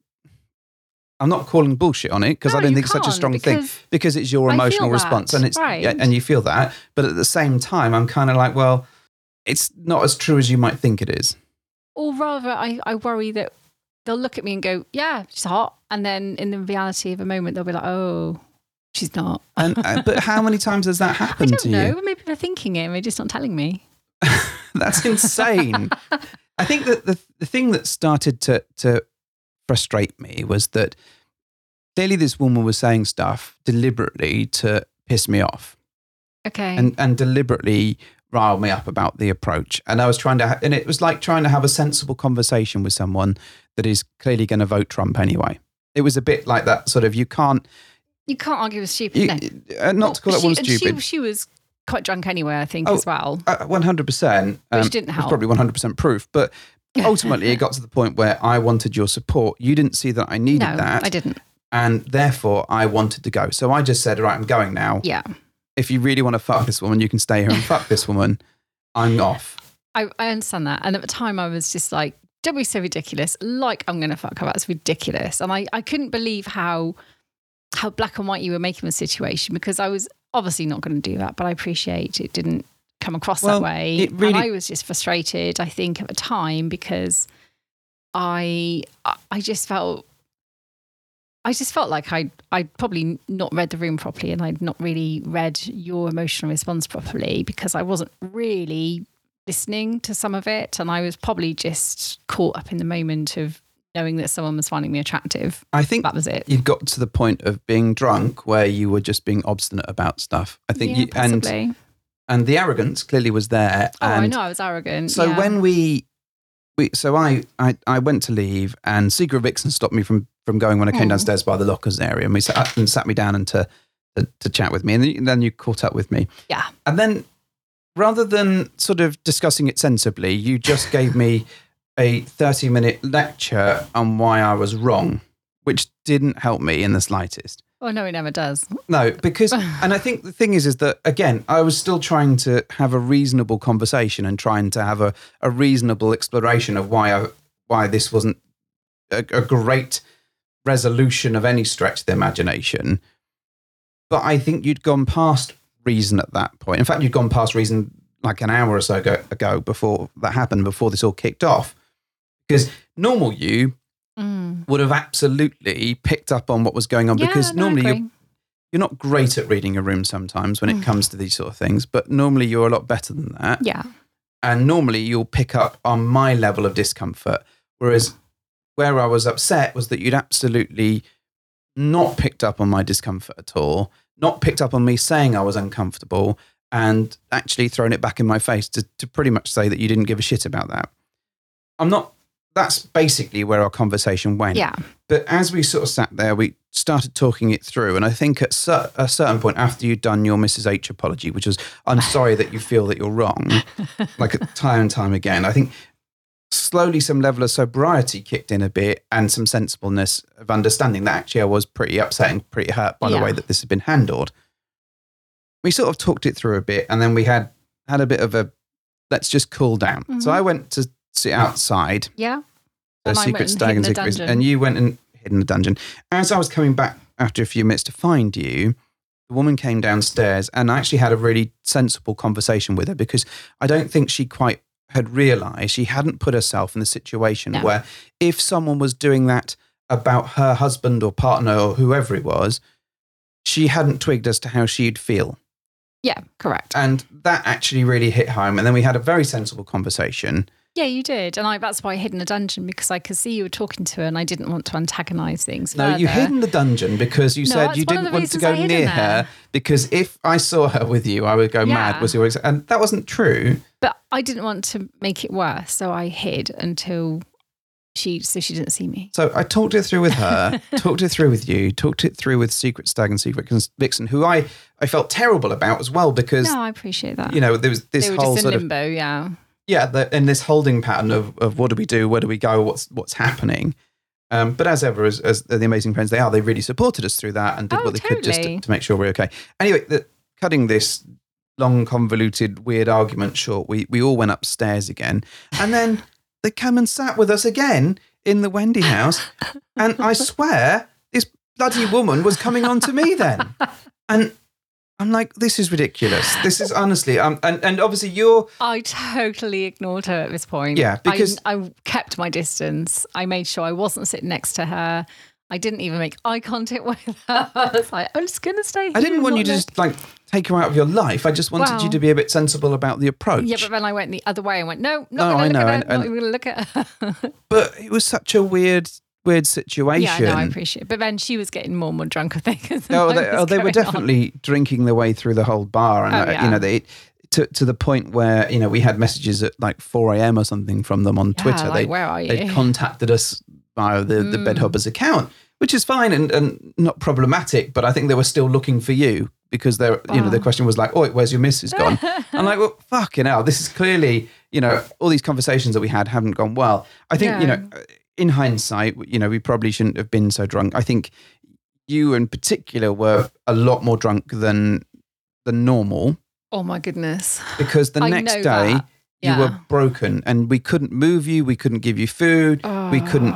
I'm not calling bullshit on it because I
No,
don't
you
think it's such a
can't,
strong thing
because
because it's your
I feel
emotional
that,
response and it's
right.
yeah, and you feel that. But at the same time, I'm kind of like, well, it's not as true as you might think it is.
Or rather, I, I worry that they'll look at me and go, yeah, she's hot. And then in the reality of a moment, they'll be like, oh, she's not.
And uh, but how many times has that
I
happened
don't
to
know.
you?
Maybe they're thinking it. Maybe just not telling me.
That's insane. I think that the, the thing that started to to frustrate me was that clearly this woman was saying stuff deliberately to piss me off.
Okay.
and and deliberately rile me up about the approach. And I was trying to, ha- and it was like trying to have a sensible conversation with someone that is clearly going to vote Trump anyway. It was a bit like that sort of you can't,
you can't argue with stupid.
you,
no.
uh, not to call
Well,
that one
she- and
stupid.
She, she was quite drunk anyway, I think,
Oh,
as well.
Uh, 100%.
Which
it
didn't
um, was
help.
Probably 100% proof. But ultimately, it got to the point where I wanted your support. You didn't see that I needed
No,
that.
I didn't.
And therefore, I wanted to go. So I just said, right, I'm going now.
Yeah.
If you really want to fuck this woman, you can stay here and fuck this woman. I'm off.
I, I understand that. And at the time, I was just like, don't be so ridiculous. Like, I'm going to fuck her. That's ridiculous. And I, I couldn't believe how how black and white you were making the situation because I was obviously not going to do that, but I appreciate it didn't come across
Well,
that way.
it
and
really-
I was just frustrated, I think, at the time because I I- I just felt I just felt like I I probably not read the room properly and I'd not really read your emotional response properly because I wasn't really listening to some of it and I was probably just caught up in the moment of knowing that someone was finding me attractive.
I think
That was it.
you got to the point of being drunk where you were just being obstinate about stuff. I think
Yeah,
you, and
possibly.
and the arrogance clearly was there.
Oh, I
and
know I was arrogant.
So
yeah.
when we we so I, I I went to leave and Secret Vixen stopped me from from going when I came
Hmm.
downstairs by the lockers area and we sat up and sat me down and to to, to chat with me and then you- then you caught up with me.
Yeah.
And then rather than sort of discussing it sensibly, you just gave me a 30 minute lecture on why I was wrong, which didn't help me in the slightest.
oh no, it never does.
No, because and I think the thing is is that again, I was still trying to have a reasonable conversation and trying to have a, a reasonable exploration of why I, why this wasn't a, a great resolution of any stretch of the imagination. But I think you'd gone past reason at that point. In fact, you'd gone past reason like an hour or so ago, ago before that happened, before this all kicked off. Because normal you
Mm.
would have absolutely picked up on what was going on
Yeah,
because
no, I
normally you're
agree.
you're not great at reading a room sometimes when it comes to these sort of things, but normally you're a lot better than that.
yeah,
And normally you'll pick up on my level of discomfort. Whereas where I was upset was that you'd absolutely not picked up on my discomfort at all, not picked up on me saying I was uncomfortable, and actually thrown it back in my face to, to pretty much say that you didn't give a shit about that. I'm not, that's basically where our conversation went.
yeah.
But as we sort of sat there, we started talking it through. And I think at cer- a certain point, after you'd done your Mrs. H apology, which was, I'm sorry that you feel that you're wrong, like time and time again, I think slowly some level of sobriety kicked in a bit and some sensibleness of understanding that actually I was pretty upset and pretty hurt by the
Yeah.
way that this had been handled. We sort of talked it through a bit and then we had had a bit of a let's just cool down. So
Mhm.
I went to sit outside
Yeah.
the
And I
secret
went and
stag and
hid in the
secret
dungeon.
and you went and hid in the dungeon as i was coming back after a few minutes to find you the woman came downstairs and i actually had a really sensible conversation with her because i don't think she quite had realized she hadn't put herself in the situation
No.
where if someone was doing that about her husband or partner or whoever it was she hadn't twigged as to how she'd feel
Yeah, correct.
and that actually really hit home and then we had a very sensible conversation
Yeah, you did. And I, that's why I hid in a dungeon because I could see you were talking to her and I didn't want to antagonize things.
No, you
further.
hid in the dungeon because you
No,
said
that's
you
one of
didn't
the
want to
reasons
go
I hid in
near her
there.
because if I saw her with you, I would go mad.
Yeah.
Was your ex- and that wasn't true.
But I didn't want to make it worse. So I hid until she so she didn't see me.
So I talked it through with her, talked it through with you, talked it through with Secret Stag and Secret Vixen, who I, I felt terrible about as well because,
No, I appreciate that.
you know, there was this
they were
whole
just in
sort of,
limbo, yeah.
yeah, the, and this holding pattern of, of what do we do, where do we go, what's what's happening. Um, but as ever, as, as the amazing friends they are, they really supported us through that and did
Oh,
what they could just to,
totally.
to make sure we're okay. Anyway, the, cutting this long, convoluted, weird argument short, we, we all went upstairs again. And then they come and sat with us again in the Wendy house. And I swear, this bloody woman was coming on to me then. And I'm like, this is ridiculous. This is honestly, um, and, and obviously you're.
I totally ignored her at this point.
Yeah,
I-
because-
I, kept my distance. I made sure I wasn't sitting next to her. I didn't even make eye contact with her. I was like, I'm just gonna stay.
I didn't
here,
want you
not
to
look.
just like take her out of your life. I just wanted you
Well-
to be a bit sensible about the approach.
Yeah, but then I went the other way and went, no, not
No,
gonna
Oh, I
look
know,
at her.
and-
not
and-
even gonna look at her.
But it was such a weird, weird situation.
yeah, no, I appreciate it. But then she was getting more and more drunk, I think. as the
Oh,
night
they,
was
oh, they were
going on.
definitely drinking their way through the whole bar, and
Oh,
uh, you
yeah.
know they. To, to the point where you know we had messages at like 4 a.m. or something from them on
Yeah,
Twitter.
like,
they
where are
they
you?
contacted us via the, the Bed Hubber's account, which is fine and, and not problematic. But I think they were still looking for you because they are you know the question was like, "Oh, where's your missus gone?" I'm like, "Well, fucking hell, this is clearly you know all these conversations that we had haven't gone well." I think you
No.
know uh, in hindsight, you know we probably shouldn't have been so drunk. I think you in particular were a lot more drunk than than normal
Oh my goodness.
because the
I
next
know
day
that.
you were
Yeah.
broken and we couldn't move you we couldn't give you food we couldn't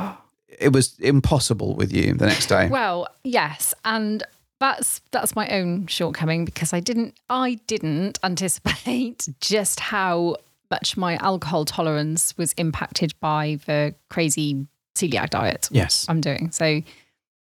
it was impossible with you the next day
Oh. Well, yes, and that's that's my own shortcoming because I didn't I didn't anticipate just how much my alcohol tolerance was impacted by the crazy celiac diet
yes
I'm doing. So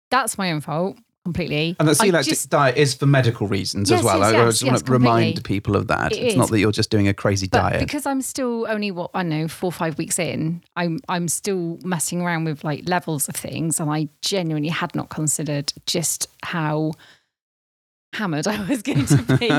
that's my own fault completely.
and the
I
celiac
just-
diet is for medical reasons as
Yes,
well.
yes,
I, I
yes,
just
yes,
want to remind
completely.
people of that.
It
it's not
is.
that you're just doing a crazy
but
diet.
because I'm still only what I don't know four or five weeks in, I'm I'm still messing around with like levels of things, and I genuinely had not considered just how hammered I was going to be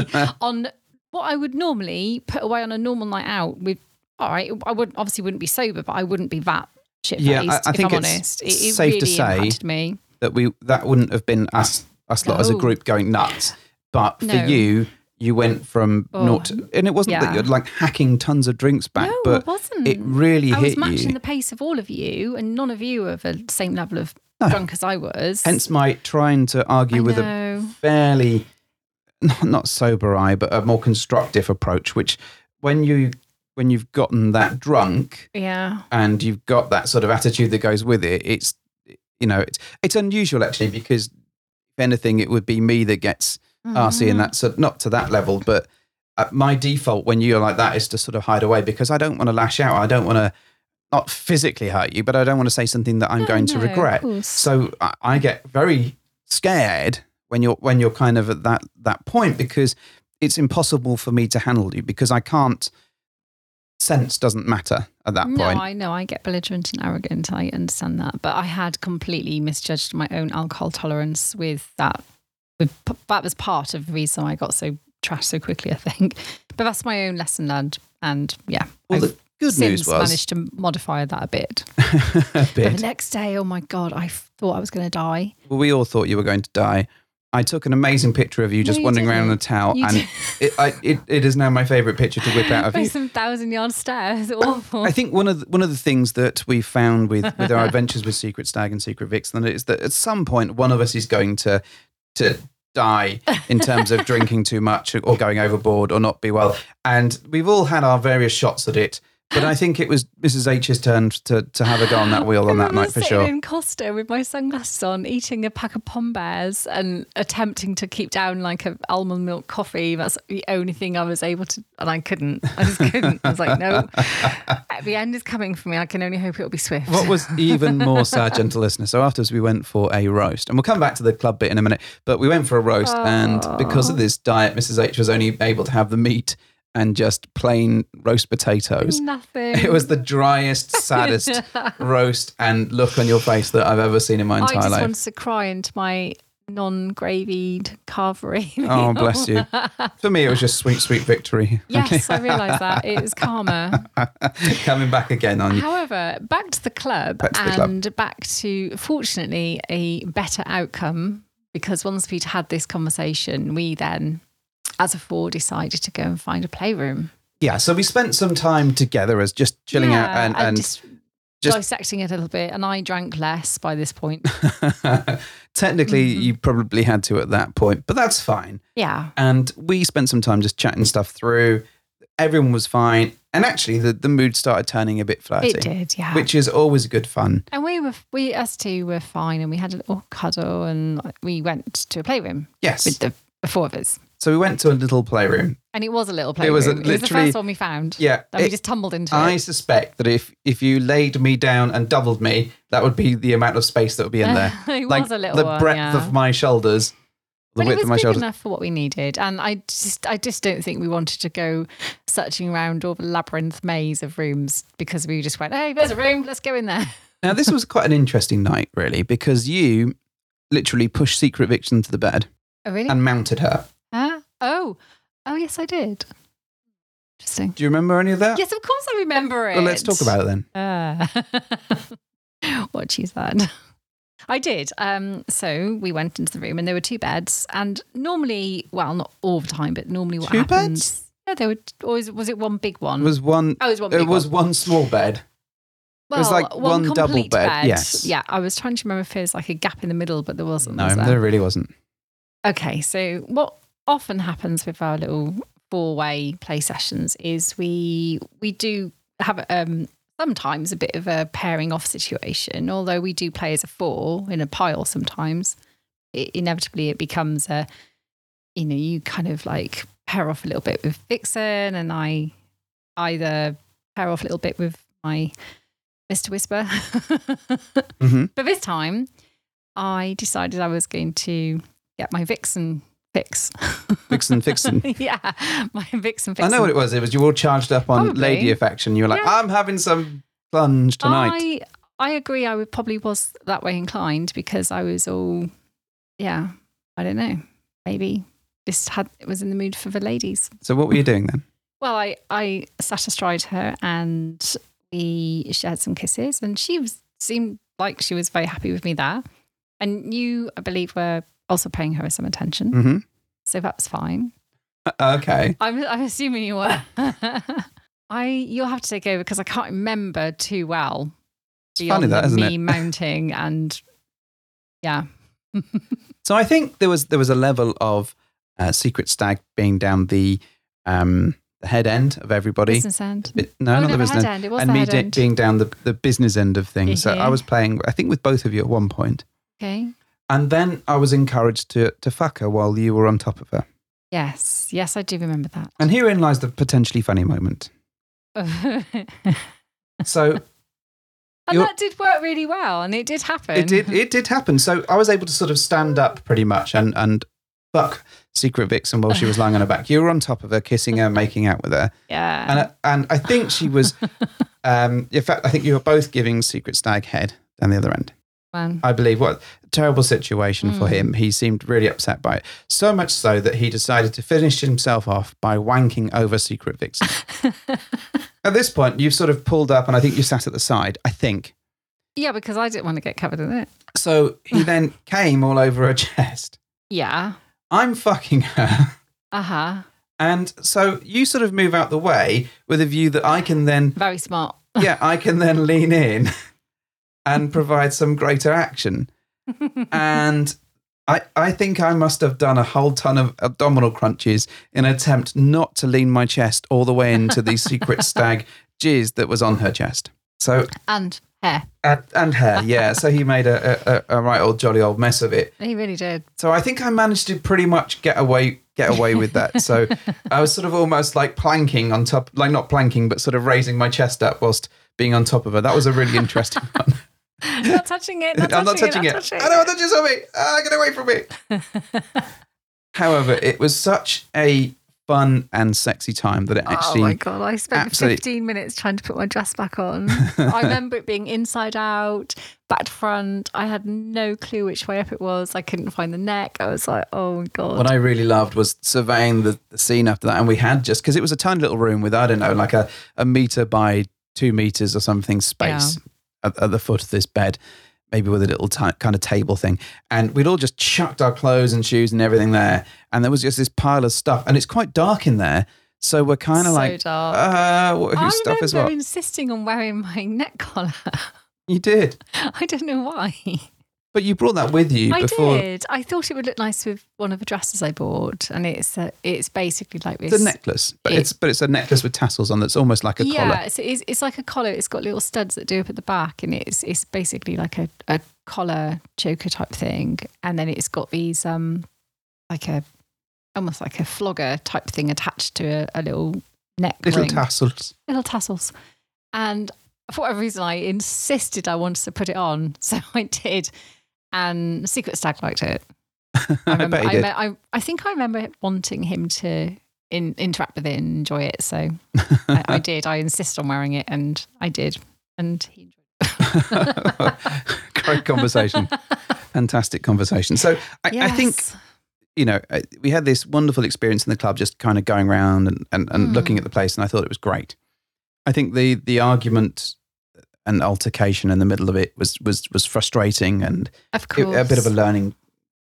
on what I would normally put away on a normal night out. With all right, I would obviously wouldn't be sober, but I wouldn't be that shit faced.
Yeah, I- I
if
think
I'm
it's
honest, it, it
safe
really
to say-
impacted me.
that we that wouldn't have been us us lot as a
No.
group going nuts. But for
No.
you, you went from
Oh,
not and it wasn't that
yeah.
you're like hacking tons of drinks back,
No,
but
it wasn't.
it really
I was
hit
matching
you.
the pace of all of you, and none of you are the same level of
No.
drunk as I was.
Hence my trying to argue
I
with a
know.
fairly not, not sober eye, but a more constructive approach, which when you when you've gotten that drunk
Yeah.
and you've got that sort of attitude that goes with it, it's you know, it's it's unusual actually because if anything it would be me that gets arsey
Mm-hmm.
and that so not to that level but uh, my default when you're like that is to sort of hide away because i don't want to lash out i don't want to not physically hurt you but i don't want to say something that i'm
No,
going to
no, of
regret
course.
so I, I get very scared when you're when you're kind of at that that point because it's impossible for me to handle you because i can't sense doesn't matter at that
No,
point
I know I get belligerent and arrogant. I understand that, but I had completely misjudged my own alcohol tolerance with that. With, that was part of the reason I got so trashed so quickly, I think. But that's my own lesson learned, and yeah,
well
I've
the good news
since
was
managed to modify that a bit.
a
But
bit
the next day, oh my god, I thought I was going to die.
Well, we all thought you were going to die. I took an amazing picture of you just
you
wandering around in a
didn't.
towel,
You
and
did-
it, I, it, it is now my favourite picture to whip out of
By
you.
some thousand yard stairs, awful.
I think one of the, one of the things that we found with with our adventures with Secret Stag and Secret Vixen is that at some point one of us is going to to die in terms of drinking too much or going overboard or not be well. And we've all had our various shots at it, but I think it was Mrs H's turn to to have a go on that wheel on
I
that
remember
night for
sitting
sure.
in Costa with my sunglasses on, eating a pack of pom bears and attempting to keep down like a almond milk coffee. That's the only thing I was able to, and I couldn't. I just couldn't. I was like, no, the end is coming for me. I can only hope it'll be swift.
What was even more sad, gentle listener? So afterwards, we went for a roast, and we'll come back to the club bit in a minute. But we went for a roast, and because of this diet, Mrs H was only able to have the meat and just plain roast potatoes.
Nothing.
It was the driest, saddest roast and look on your face that I've ever seen in my
I
entire
just
life.
wanted to cry into my non gravied carvery.
Oh, bless you. For me, it was just sweet, sweet victory.
Yes, I realised that. It was karma.
Coming back again on you.
However, back to the club
Back to the club.
and back to, fortunately, a better outcome because once we'd had this conversation, we then, as a four, decided to go and find a playroom.
Yeah, so we spent some time together as just chilling out
Yeah,
and, and
dis-
just-
dissecting it a little bit. And I drank less by this point.
technically
Mm-hmm.
you probably had to at that point, but that's fine.
yeah.
And we spent some time just chatting stuff through. Everyone was fine. And actually, the, the mood started turning a bit flirty,
It did, yeah.
which is always good fun.
and we were, we us two were fine, and we had a little cuddle, and we went to a playroom
Yes.
with the, the four of us,
So we went to a little playroom.
and it was a little
It
playroom. It
was
was,
a-
the
literally-
first one we found.
Yeah.
and we
it-
just tumbled into
I
it.
suspect that if if you laid me down and doubled me, that would be the amount of space that would be in there.
It
like
was a little
the
one,
breadth
yeah.
of my shoulders, the
But it
width
was
of my
big
shoulders.
enough for what we needed, and I just, I just don't think we wanted to go searching around all the labyrinth maze of rooms because we just went, "Hey, there's a room, let's go in there."
Now this was quite an interesting night, really, because you literally pushed Secret Victim to the bed
Oh, really?
and mounted her.
Huh? Oh, oh, yes, I did. Interesting.
Do you remember any of that?
Yes, of course I remember it.
Uh, Well, let's talk about it then.
Uh, what she said. I did. Um, so we went into the room and there were two beds. And normally, well, not all the time, but normally what
Two
happens?
beds?
Yeah, there were always was it one big one?
It was one.
oh, it was one. Big
It was
one.
one small bed.
Well,
was like one double
complete
bed, yes.
Yeah, I was trying to remember if there was like a gap in the middle, but there wasn't.
No,
was there?
there really wasn't.
Okay, so what often happens with our little four-way play sessions is we we do have um sometimes a bit of a pairing off situation. Although we do play as a four in a pile sometimes, it, inevitably it becomes a you know you kind of like pair off a little bit with Vixen, and I either pair off a little bit with my Mister Whisper.
Mhm.
But this time, I decided I was going to get my Vixen fix.
Vixen, Vixen.
yeah, my Vixen fix.
I know what it was. It was you all charged up on
Probably.
Lady Affection. You were like,
Yeah.
I'm having some plunge tonight.
I, I agree. I would probably was that way inclined because I was all, yeah, I don't know. Maybe just had was in the mood for the ladies.
So what were you doing then?
Well, I, I sat astride her and we shared some kisses, and she was, seemed like she was very happy with me there. And you, I believe, were also paying her some attention.
hmm
So that's fine.
Uh, Okay.
I'm, I'm assuming you were. I you'll have to take over because I can't remember too well.
It's funny that,
the
isn't
me
it?
mounting and yeah,
So I think there was there was a level of uh, Secret Stag being down the um, the head end of everybody.
business end.
Bit- no, not
oh, no,
the
the
business
head
end.
end. It was
And
the
me
head
di-
end.
being down the, the business end of things. So
Mhm.
I was playing, I think, with both of you at one point.
okay.
And then I was encouraged to, to fuck her while you were on top of her.
Yes, yes, I do remember
And herein lies the potentially funny moment.
that. and
So You're-
that did work really well, and it did happen.
it did it did happen. So I was able to sort of stand up pretty much and and fuck Secret Vixen while she was lying on her back. You were on top of her, kissing her, making out with her,
Yeah.
and and I think she was. Um, in fact, I think you were both giving Secret Stag head down the other end.
Man.
I believe what a terrible situation for him. He seemed really upset by it, so much so that he decided to finish himself off by wanking over Secret Vixen. at this point, you've sort of pulled up, and I think you sat at the side. I think.
Yeah, because I didn't want to get covered in it.
So he then came all over her chest.
Yeah.
I'm fucking her.
Uh huh.
And so you sort of move out the way with a view that I can then,
Very smart.
yeah, I can then lean in and provide some greater action. And I, I think I must have done a whole ton of abdominal crunches in an attempt not to lean my chest all the way into the secret stag jizz that was on her chest. So,
And hair.
and, and her, yeah. So he made a, a, a- a right old jolly old mess of it.
He really did.
So I think I managed to pretty much get away get away with that. So I was sort of almost like planking on top, like not planking, but sort of raising my chest up whilst being on top of her. That was a really interesting one.
Not touching it. Not
I'm not touching
touching
it.
Not touching
I don't want to touch it, Zoe. Ah, get away from me. However, it was such a fun and sexy time that it actually.
oh my god! I spent
absolute-
15 minutes trying to put my dress back on. I remember it being inside out, back to front. I had no clue which way up it was. I couldn't find the neck. I was like, oh my god!
What I really loved was surveying the, the scene after that. And we had just, because it was a tiny little room with, I don't know, like a, a meter by two meters or something space at, at the foot of this bed, maybe with a little ti kind of table thing. And we'd all just chucked our clothes and shoes and everything there. And there was just this pile of stuff. And it's quite dark in there. So we're kind of
So
like,
dark.
uh, wh-
I
whose stuff
remember
is what?
insisting on wearing my neck collar.
You did.
I don't know why.
But you brought that with you
I
before.
did. I thought it would look nice with one of the dresses I bought, and it's uh, it's basically like this.
It's a necklace, but
it-
it's but it's a necklace with tassels on that's almost like a
yeah,
collar.
it's, it's it's like a collar. It's got little studs that do up at the back, and it's it's basically like a, a collar choker type thing. And then it's got these um like a almost like a flogger type thing attached to a, a little neck
Little
ring.
tassels.
little tassels. And for whatever reason, I insisted I wanted to put it on, so I did. And Secret Stag liked it.
I,
remember,
bet you did.
Um, I, me- I, I think I remember wanting him to in, interact with it and enjoy it. So I, I did. I insist on wearing it, and I did. And he enjoyed
Great conversation. Fantastic conversation. So I,
it. Yes.
I think, you know, I- we had this wonderful experience in the club, just kind of going around and, and, and
Mm.
looking at the place. And I thought it was great. I think the, the argument and altercation in the middle of it was, was, was frustrating and
of
it-
course,
a bit of a learning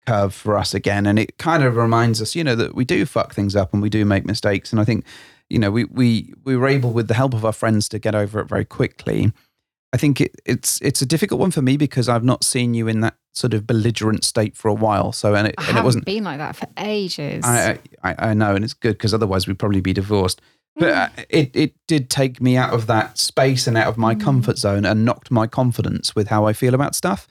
curve for us again. And it kind of reminds us, you know, that we do fuck things up and we do make mistakes. And I think, you know, we we we were able with the help of our friends to get over it very quickly. I think it, it's it's a difficult one for me because I've not seen you in that sort of belligerent state for a while. So and it,
I
and it
haven't
wasn't.
been like that for ages.
I, uh, I I know, and it's good because otherwise we'd probably be divorced. But uh, it it did take me out of that space and out of my comfort zone and knocked my confidence with how I feel about stuff.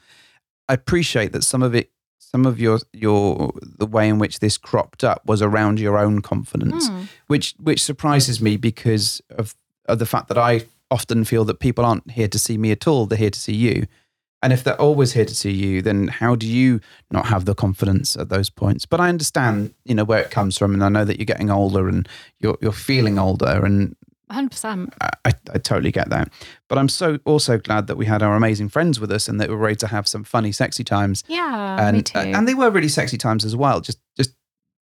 I appreciate that some of it, some of your your the way in which this cropped up was around your own confidence,
Mm.
which which surprises me because of of the fact that I often feel that people aren't here to see me at all; they're here to see you. And if they're always here to see you, then how do you not have the confidence at those points? But I understand, you know, where it comes from, and I know that you're getting older and you're you're feeling older, and
100%.
I, I, I totally get that. But I'm so also glad that we had our amazing friends with us and that we were able to have some funny, sexy times.
Yeah,
and uh,
me too.
and they were really sexy times as well, just just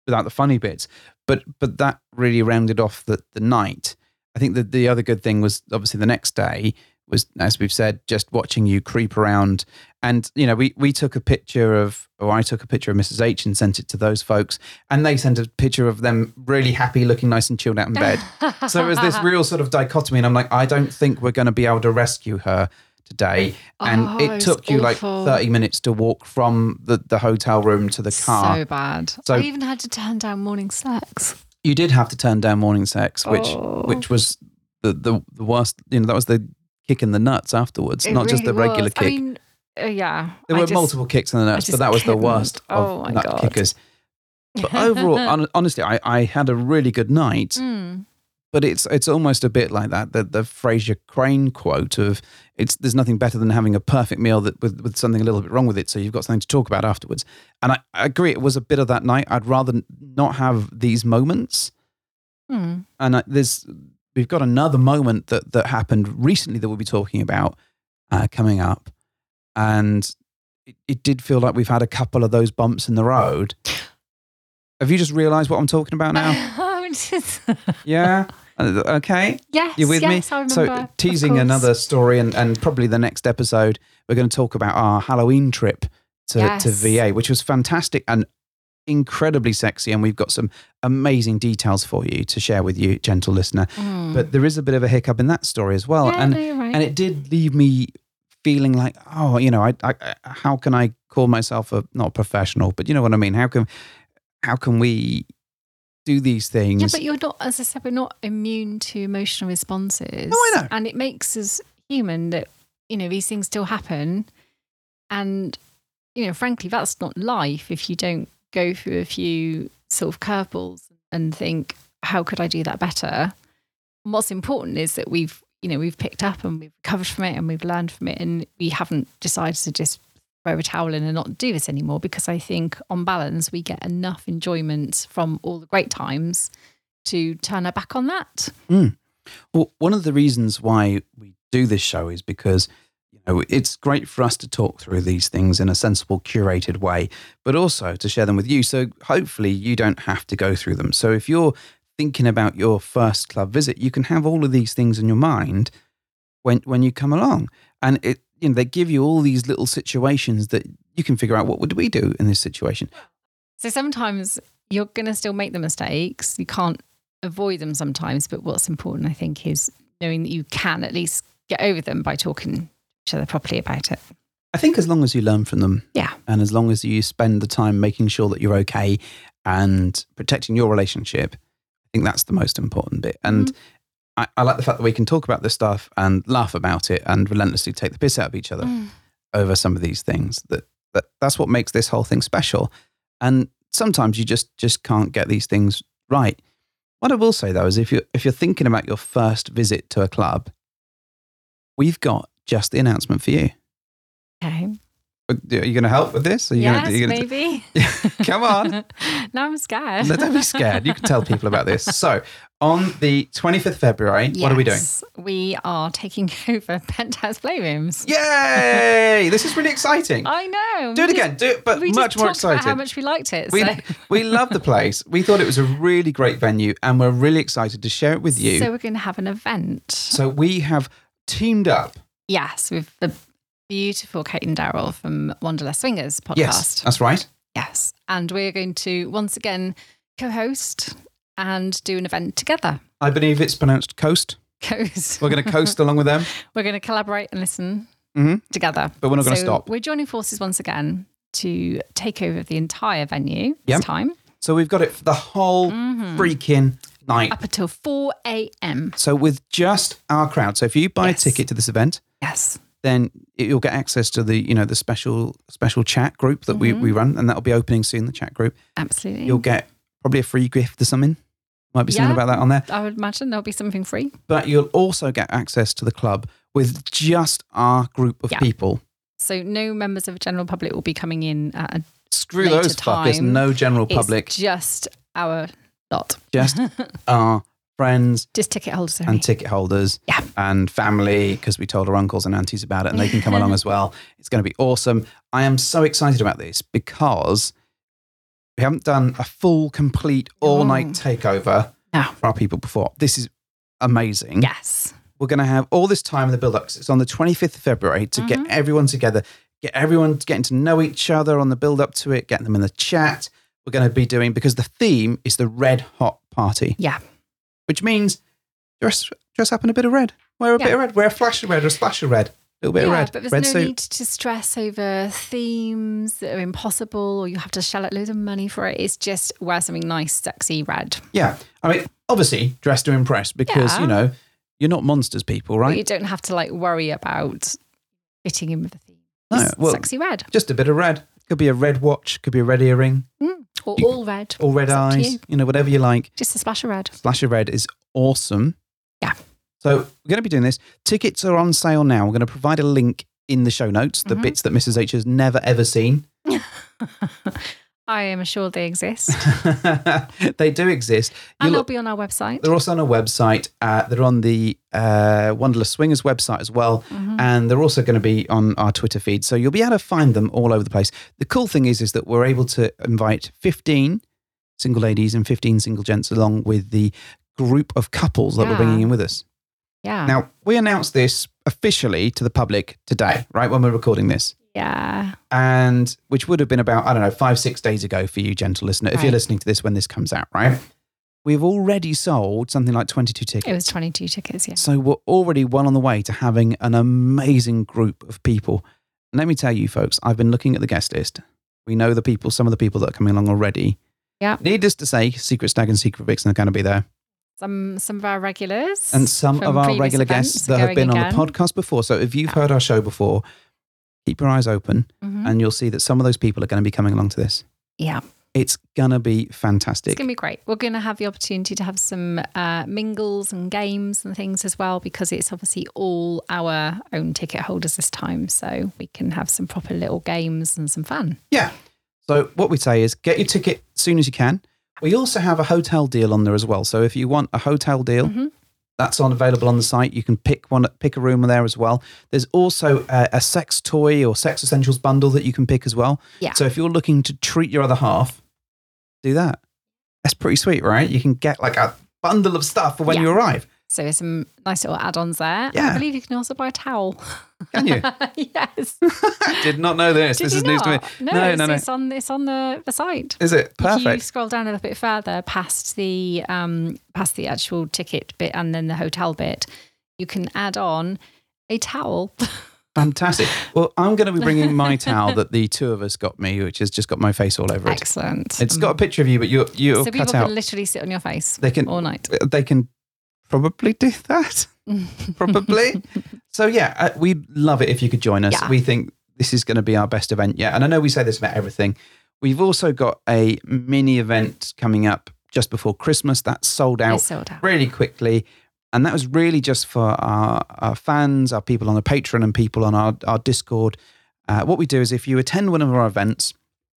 without the funny bits. But but that really rounded off the, the night. I think that the other good thing was obviously the next day was, as we've said, just watching you creep around. And you know, we we took a picture of, or I took a picture of Mrs. H and sent it to those folks, and they sent a picture of them really happy, looking nice and chilled out in bed. so it was this real sort of dichotomy, and I'm like, I don't think we're going to be able to rescue her today. And
Oh,
it
it's
took you like
awful.
30 minutes to walk from the the hotel room to the car.
So bad.
So-
I even had to turn down morning sex.
you did have to turn down morning sex, which
Oh.
which was the, the the worst. You know, that was the kick in the nuts afterwards,
It
not just the
really
regular
was.
kick.
I mean, uh, yeah.
There
I
were
just-
multiple kicks in the nuts, but
just
that was the
couldn't.
worst
Oh
of
my
nut
God.
kickers. But overall, hon- honestly, I, I had a really good night,
Mm.
but it's it's almost a bit like that the, the Fraser Crane quote of it's there's nothing better than having a perfect meal that with, with something a little bit wrong with it, so you've got something to talk about afterwards. And I, I agree, it was a bit of that night. I'd rather n- not have these moments
Mm.
and I, there's we've got another moment that that happened recently that we'll be talking about uh, coming up, and it, it did feel like we've had a couple of those bumps in the road. Have you just realised what I'm talking about now?
I'm just-
yeah. Uh, Okay.
yes.
You with
yes,
me?
I remember.
so
of
teasing
course.
another story, and, and probably the next episode, we're going to talk about our Halloween trip to, to
Yes.
VA, which was fantastic and incredibly sexy, and we've got some amazing details for you to share with you, gentle listener.
Mm.
But there is a bit of a hiccup in that story as well,
yeah,
Oh, and
no, you're right.
and it did leave me feeling like, oh, you know, I, I I- how can I call myself a not professional, but you know what I mean? How can how can we do these things?
yeah, but you're not, as I said, we're not immune to emotional responses.
No, I know.
And it makes us human that, you know, these things still happen. And, you know, frankly, that's not life if you don't go through a few sort of curveballs and think, how could I do that better? And what's important is that we've, you know, we've picked up and we've recovered from it and we've learned from it and we haven't decided to just throw a towel in and not do this anymore because I think on balance we get enough enjoyment from all the great times to turn her back on that.
Mm. Well, one of the reasons why we do this show is because you know it's great for us to talk through these things in a sensible, curated way, but also to share them with you. So hopefully, you don't have to go through them. So if you're thinking about your first club visit, you can have all of these things in your mind when when you come along, and it you know they give you all these little situations that you can figure out what would we do in this situation.
So sometimes you're going to still make the mistakes. You can't avoid them sometimes, but what's important, I think, is knowing that you can at least get over them by talking to each other properly about it.
I think as long as you learn from them,
Yeah.
and as long as you spend the time making sure that you're okay and protecting your relationship, I think that's the most important bit. And I, I like the fact that we can talk about this stuff and laugh about it and relentlessly take the piss out of each other over some of these things. That, that that's what makes this whole thing special. And sometimes you just just can't get these things right. What I will say though is if you if you're thinking about your first visit to a club, we've got just the announcement for you.
Okay.
Are you going to help with this? Are you
yes,
gonna, are you gonna,
maybe.
Come on.
now I'm scared.
No, don't be scared. You can tell people about this. So, on the 25th of February, what are we doing?
Yes, We are taking over Penthouse Playrooms.
Yay! This is really exciting.
I know.
Do
Oh,
it
we just-
again. Do it, but
we just
much more
talked about
exciting.
how much we liked it.
we,
so.
we love the place. We thought it was a really great venue and we're really excited to share it with you.
So
So,
we're going to have an event.
we have teamed up.
Yes, with the beautiful Kate and Daryl from Wanderlust Swingers podcast.
Yes, that's right.
Yes. And we're going to once again co host and do an event together.
I believe it's pronounced coast.
Coast.
We're going to coast along with them.
We're going to collaborate and listen
Mhm.
together.
But we're not gonna
So
stop.
We're joining forces once again to take over the entire venue this
Yep.
time
So we've got it for the whole
Mm-hmm.
freaking night.
up until 4 a.m.
So with just our crowd. So if you buy
Yes.
a ticket to this event,
Yes.
then it- you'll get access to the you know the special special chat group that we,
Mm-hmm.
we run and that'll be opening soon the chat group
Absolutely.
you'll get probably a free gift or something might be something
Mm-hmm. Yeah.
about that on there
I would imagine there'll be something free.
but you'll also get access to the club with just our group of
Yeah.
people
So no members of the general public will be coming in at a
screw
Later
those fuckers
time.
no general
It's
public
just our lot.
just our friends
Just ticket holders only.
and ticket holders
Yeah.
and family because we told our uncles and aunties about it and they can come along as well. It's going to be awesome. I am so excited about this because we haven't done a full, complete, all night
Mm.
takeover
No.
for our people before. This is amazing.
yes.
We're going to have all this time in the build up. It's on the 25th of February to
Mm-hmm.
get everyone together, get everyone getting to know each other on the build up to it, getting them in the chat. We're going to be doing because the theme is the red hot party
Yeah.
which means dress dress up in a bit of red. Wear a bit
Yeah.
of red. Wear a flash of red or a splash of red. A little bit
yeah,
of red.
but there's
red
no
suit.
need to stress over themes that are impossible or you have to shell out loads of money for it. It's just wear something nice, sexy, red.
Yeah. I mean, obviously, dress to impress because
Yeah.
you know you're not monsters, people,
But you
right?
don't have to like worry about fitting in with the theme.
No,
It's
well-
sexy red
Just a bit of red. Could be a red watch. Could be a red earring
Mm. or
You-
all red,
or red
It's up to
eyes.
you.
You. know, whatever you like.
just a splash of red.
Splash of red is awesome.
Yeah.
So we're going to be doing this. Tickets are on sale now. We're going to provide a link in the show notes. The
Mhm.
bits that Mrs H has never ever seen.
I am sure they exist.
they do exist.
and
You'll-
they'll be on our website.
They're also on a website. Uh, they're on the uh, Wanderlust Swingers website as well.
Mm-hmm.
And they're also going to be on our Twitter feed. So you'll be able to find them all over the place. The cool thing is, is that we're able to invite 15 single ladies and 15 single gents along with the group of couples that we're
Yeah.
bringing in with us.
Yeah.
Now, we announced this officially to the public today, right? When we're recording this
yeah.
and which would have been about, I don't know, five, six days ago for you, gentle listener, if you're
Right.
listening to this when this comes out, right? We've already sold something like 22 tickets.
It was 22 tickets. Yeah.
so we're already well on the way to having an amazing group of people. And let me tell you, folks, I've been looking at the guest list. We know the people, some of the people that are coming along already.
Yeah.
Needless to say, Secret Stag and Secret Vixen are going to be there.
Some some of our regulars
And some of
from
our
previous
regular
events
guests
are
that have
going
been on the
again.
podcast before. So if you've heard our show before, keep your eyes open
Mhm.
and you'll see that some of those people are going to be coming along to this.
Yeah.
It's gonna be fantastic.
It's going to be great. We're going to have the opportunity to have some uh, mingles and games and things as well because it's obviously all our own ticket holders this time. So we can have some proper little games and some fun.
yeah. So what we say is get your ticket as soon as you can. We also have a hotel deal on there as well. So if you want a hotel deal,
Mm-hmm.
that's on available on the site. You can pick one, pick a room there as well. There's also a, a sex toy or sex essentials bundle that you can pick as well.
Yeah.
So if you're looking to treat your other half, do that. That's pretty sweet, right? You can get like a bundle of stuff for when
Yeah.
you arrive.
So there's some nice little add-ons there.
Yeah.
I believe you can also buy a towel.
Can you?
yes.
Did not know this.
Did
this
you
is news to me.
not? No,
No,
it's,
no, no.
it's on it's on the, the site.
Is it
If you
perfect?
scroll down a little bit further past the um past the actual ticket bit and then the hotel bit, you can add on a towel.
Fantastic. Well, I'm going to be bringing my towel that the two of us got me, which has just got my face all over it.
Excellent.
It's got a picture of you, but you're you're
Um, so people
cut out.
can literally sit on your face
They can- uh,
all night.
they can probably do that. probably. So yeah, uh, we'd love it if you could join us.
Yeah.
We think this is going to be our best event yet, and I know we say this about everything. We've also got a mini event coming up just before Christmas that's sold out
It's sold out.
really quickly. And that was really just for our, our fans, our people on the Patreon, and people on our, our Discord. Uh, what we do is if you attend one of our events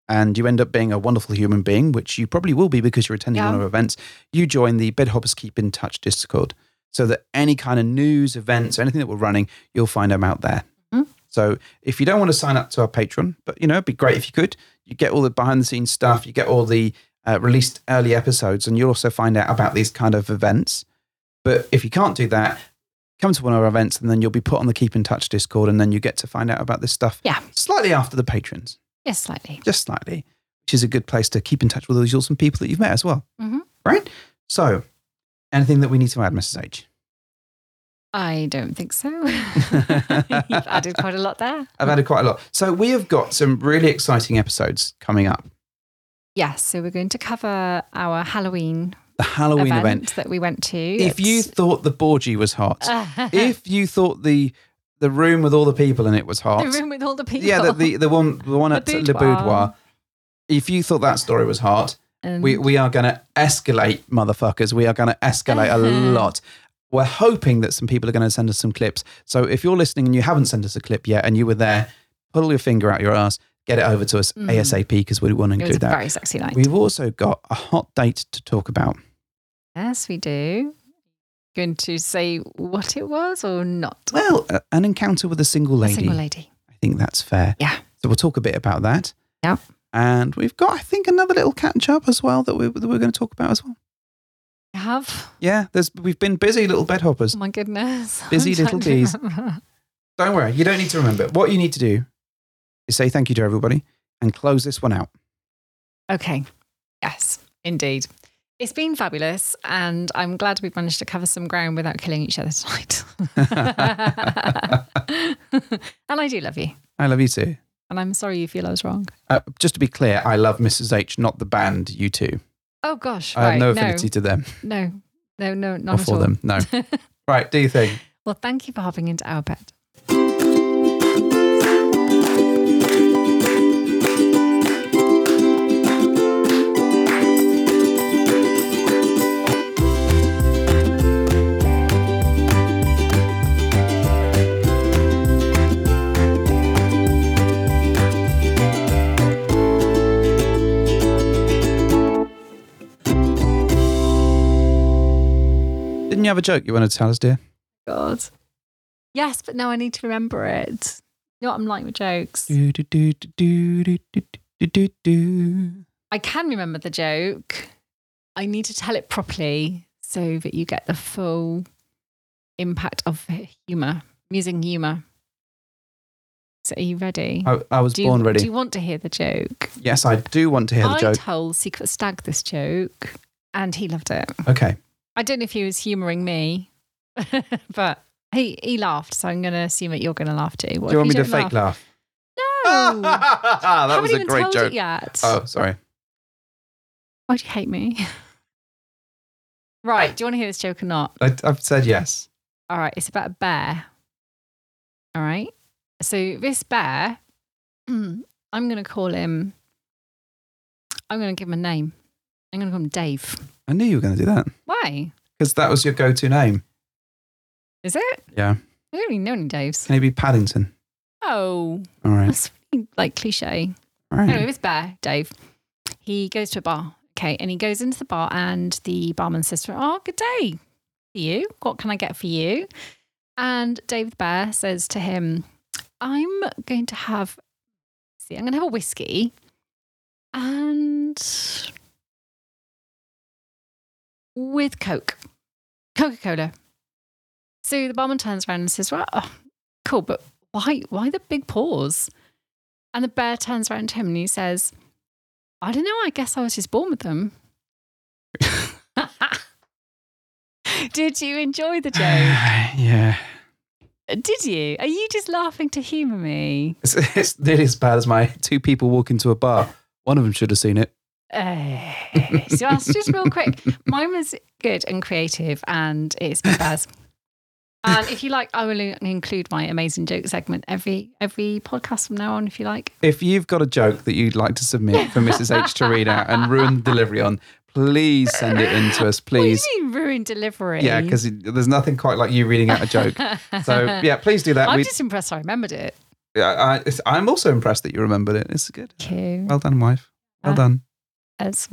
and you end up being a wonderful human being, which you probably will be because you're attending
Yeah.
one of our events, you join the Bed Hoppers Keep in Touch Discord so that any kind of news, events, anything that we're running, you'll find them out there.
Mhm.
So if you don't want to sign up to our Patreon, but you know, it'd be great if you could. You get all the behind the scenes stuff, you get all the uh, released early episodes, and you'll also find out about these kind of events. But if you can't do that, come to one of our events and then you'll be put on the Keep in Touch Discord and then you get to find out about this stuff
Yeah.
slightly after the patrons,
Yes, slightly.
just slightly, which is a good place to keep in touch with all these awesome people that you've met as well.
Mhm.
Right? So, anything that we need to add, Mrs. H?
I don't think so. You've added quite a lot there.
I've added quite a lot. So, we have got some really exciting episodes coming up.
Yes, so we're going to cover our Halloween
The Halloween
event,
event.
that we went to.
If you thought the Borgie was hot,
It's-
if you thought the the room with all the people in it was hot,
the room with all the people,
yeah, the, the, the one the one
The
at Le
boudoir.
Boudoir. If you thought that story was hot,
and
we we are going to escalate, motherfuckers. We are going to escalate a
Uh-huh.
lot. We're hoping that some people are going to send us some clips. So if you're listening and you haven't sent us a clip yet, and you were there, pull your finger out your ass, get it over to us ASAP because we want to
Mm. it was a
include that.
very sexy night.
We've also got a hot date to talk about.
yes, we do. Going to say what it was or not?
Well, a- an encounter with a single
A
lady.
single lady.
I think that's fair.
Yeah.
So we'll talk a bit about that.
Yeah.
And we've got, I think, another little catch up as well that, we, that we're going to talk about as well.
I have.
Yeah, there's we've been busy little bed hoppers.
Oh my goodness.
Busy
I don't
little bees.
remember.
Don't worry, you don't need to remember. What you need to do is say thank you to everybody and close this one out.
Okay. Yes, indeed. It's been fabulous, and I'm glad we managed to cover some ground without killing each other tonight. and I do love you,
I love you too.
and I'm sorry you feel I was wrong.
Uh, just to be clear, I love Mrs. H, not the band, you two.
Oh gosh,
I
right,
have no affinity to them
No, no, no,
or
not at
for
all.
them. No. right, do you think?
Well, thank you for hopping into our bed.
Didn't you have a joke you wanted to tell us, dear?
God. Yes, but now I need to remember it. You know what I'm like with jokes.
Do, do, do, do, do, do, do, do, do.
I can remember the joke. I need to tell it properly so that you get the full impact of humour. I'm using humour. So are you ready?
I, I was
do you,
born
Do
ready.
you want to hear the joke?
Yes, I do want to hear the
I
joke.
told Secret Stag this joke and he loved it.
Okay.
I don't know if he was humouring me, but he he laughed. So I'm going to assume that you're going to laugh too. What
do you want
if
me to
don't
fake laugh?
No. I
that
haven't
was a
even
great
told
joke.
It yet.
Oh, sorry.
Why do you hate me? right. Do you want to hear this joke or not?
I, I've said yes.
All right. It's about a bear. All right. So this bear, I'm going to call him. I'm going to give him a name. I'm going to call him Dave.
I knew you were going to do that
Why?
because that was your go to name.
Is it?
Yeah.
I don't really know any Daves.
Can it be Paddington?
Oh,
All right.
that's really, like cliche.
All right.
Anyway, this bear, Dave, he goes to a bar, Okay. And he goes into the bar, and the barman says to him, Oh, good day to you. What can I get for you? And Dave the Bear says to him, I'm going to have, see, I'm going to have a whiskey and with Coke, Coca Cola. So the barman turns around and says, Well, oh, cool, but why, why the big pause? And the bear turns around to him and he says, I don't know. I guess I was just born with them. Did you enjoy the joke?
yeah.
Did you? Are you just laughing to humour me?
It's, it's nearly as bad as my two people walk into a bar. One of them should have seen it.
Eh, so that's just real quick. Mine was good and creative, and it's been buzz. And if you like, I will include my amazing joke segment every every podcast from now on. If you like,
If you've got a joke that you'd like to submit for Mrs. H to read out and ruin the delivery on, please send it in to us, please.
what do you mean ruin delivery?
Yeah, because there's nothing quite like you reading out a joke. So yeah, please do that.
I'm
We,
just impressed I remembered it.
I, I, it's- I'm also impressed that you remembered it. It's good.
Cute.
Well done, wife. Well
Ah.
done.
That's-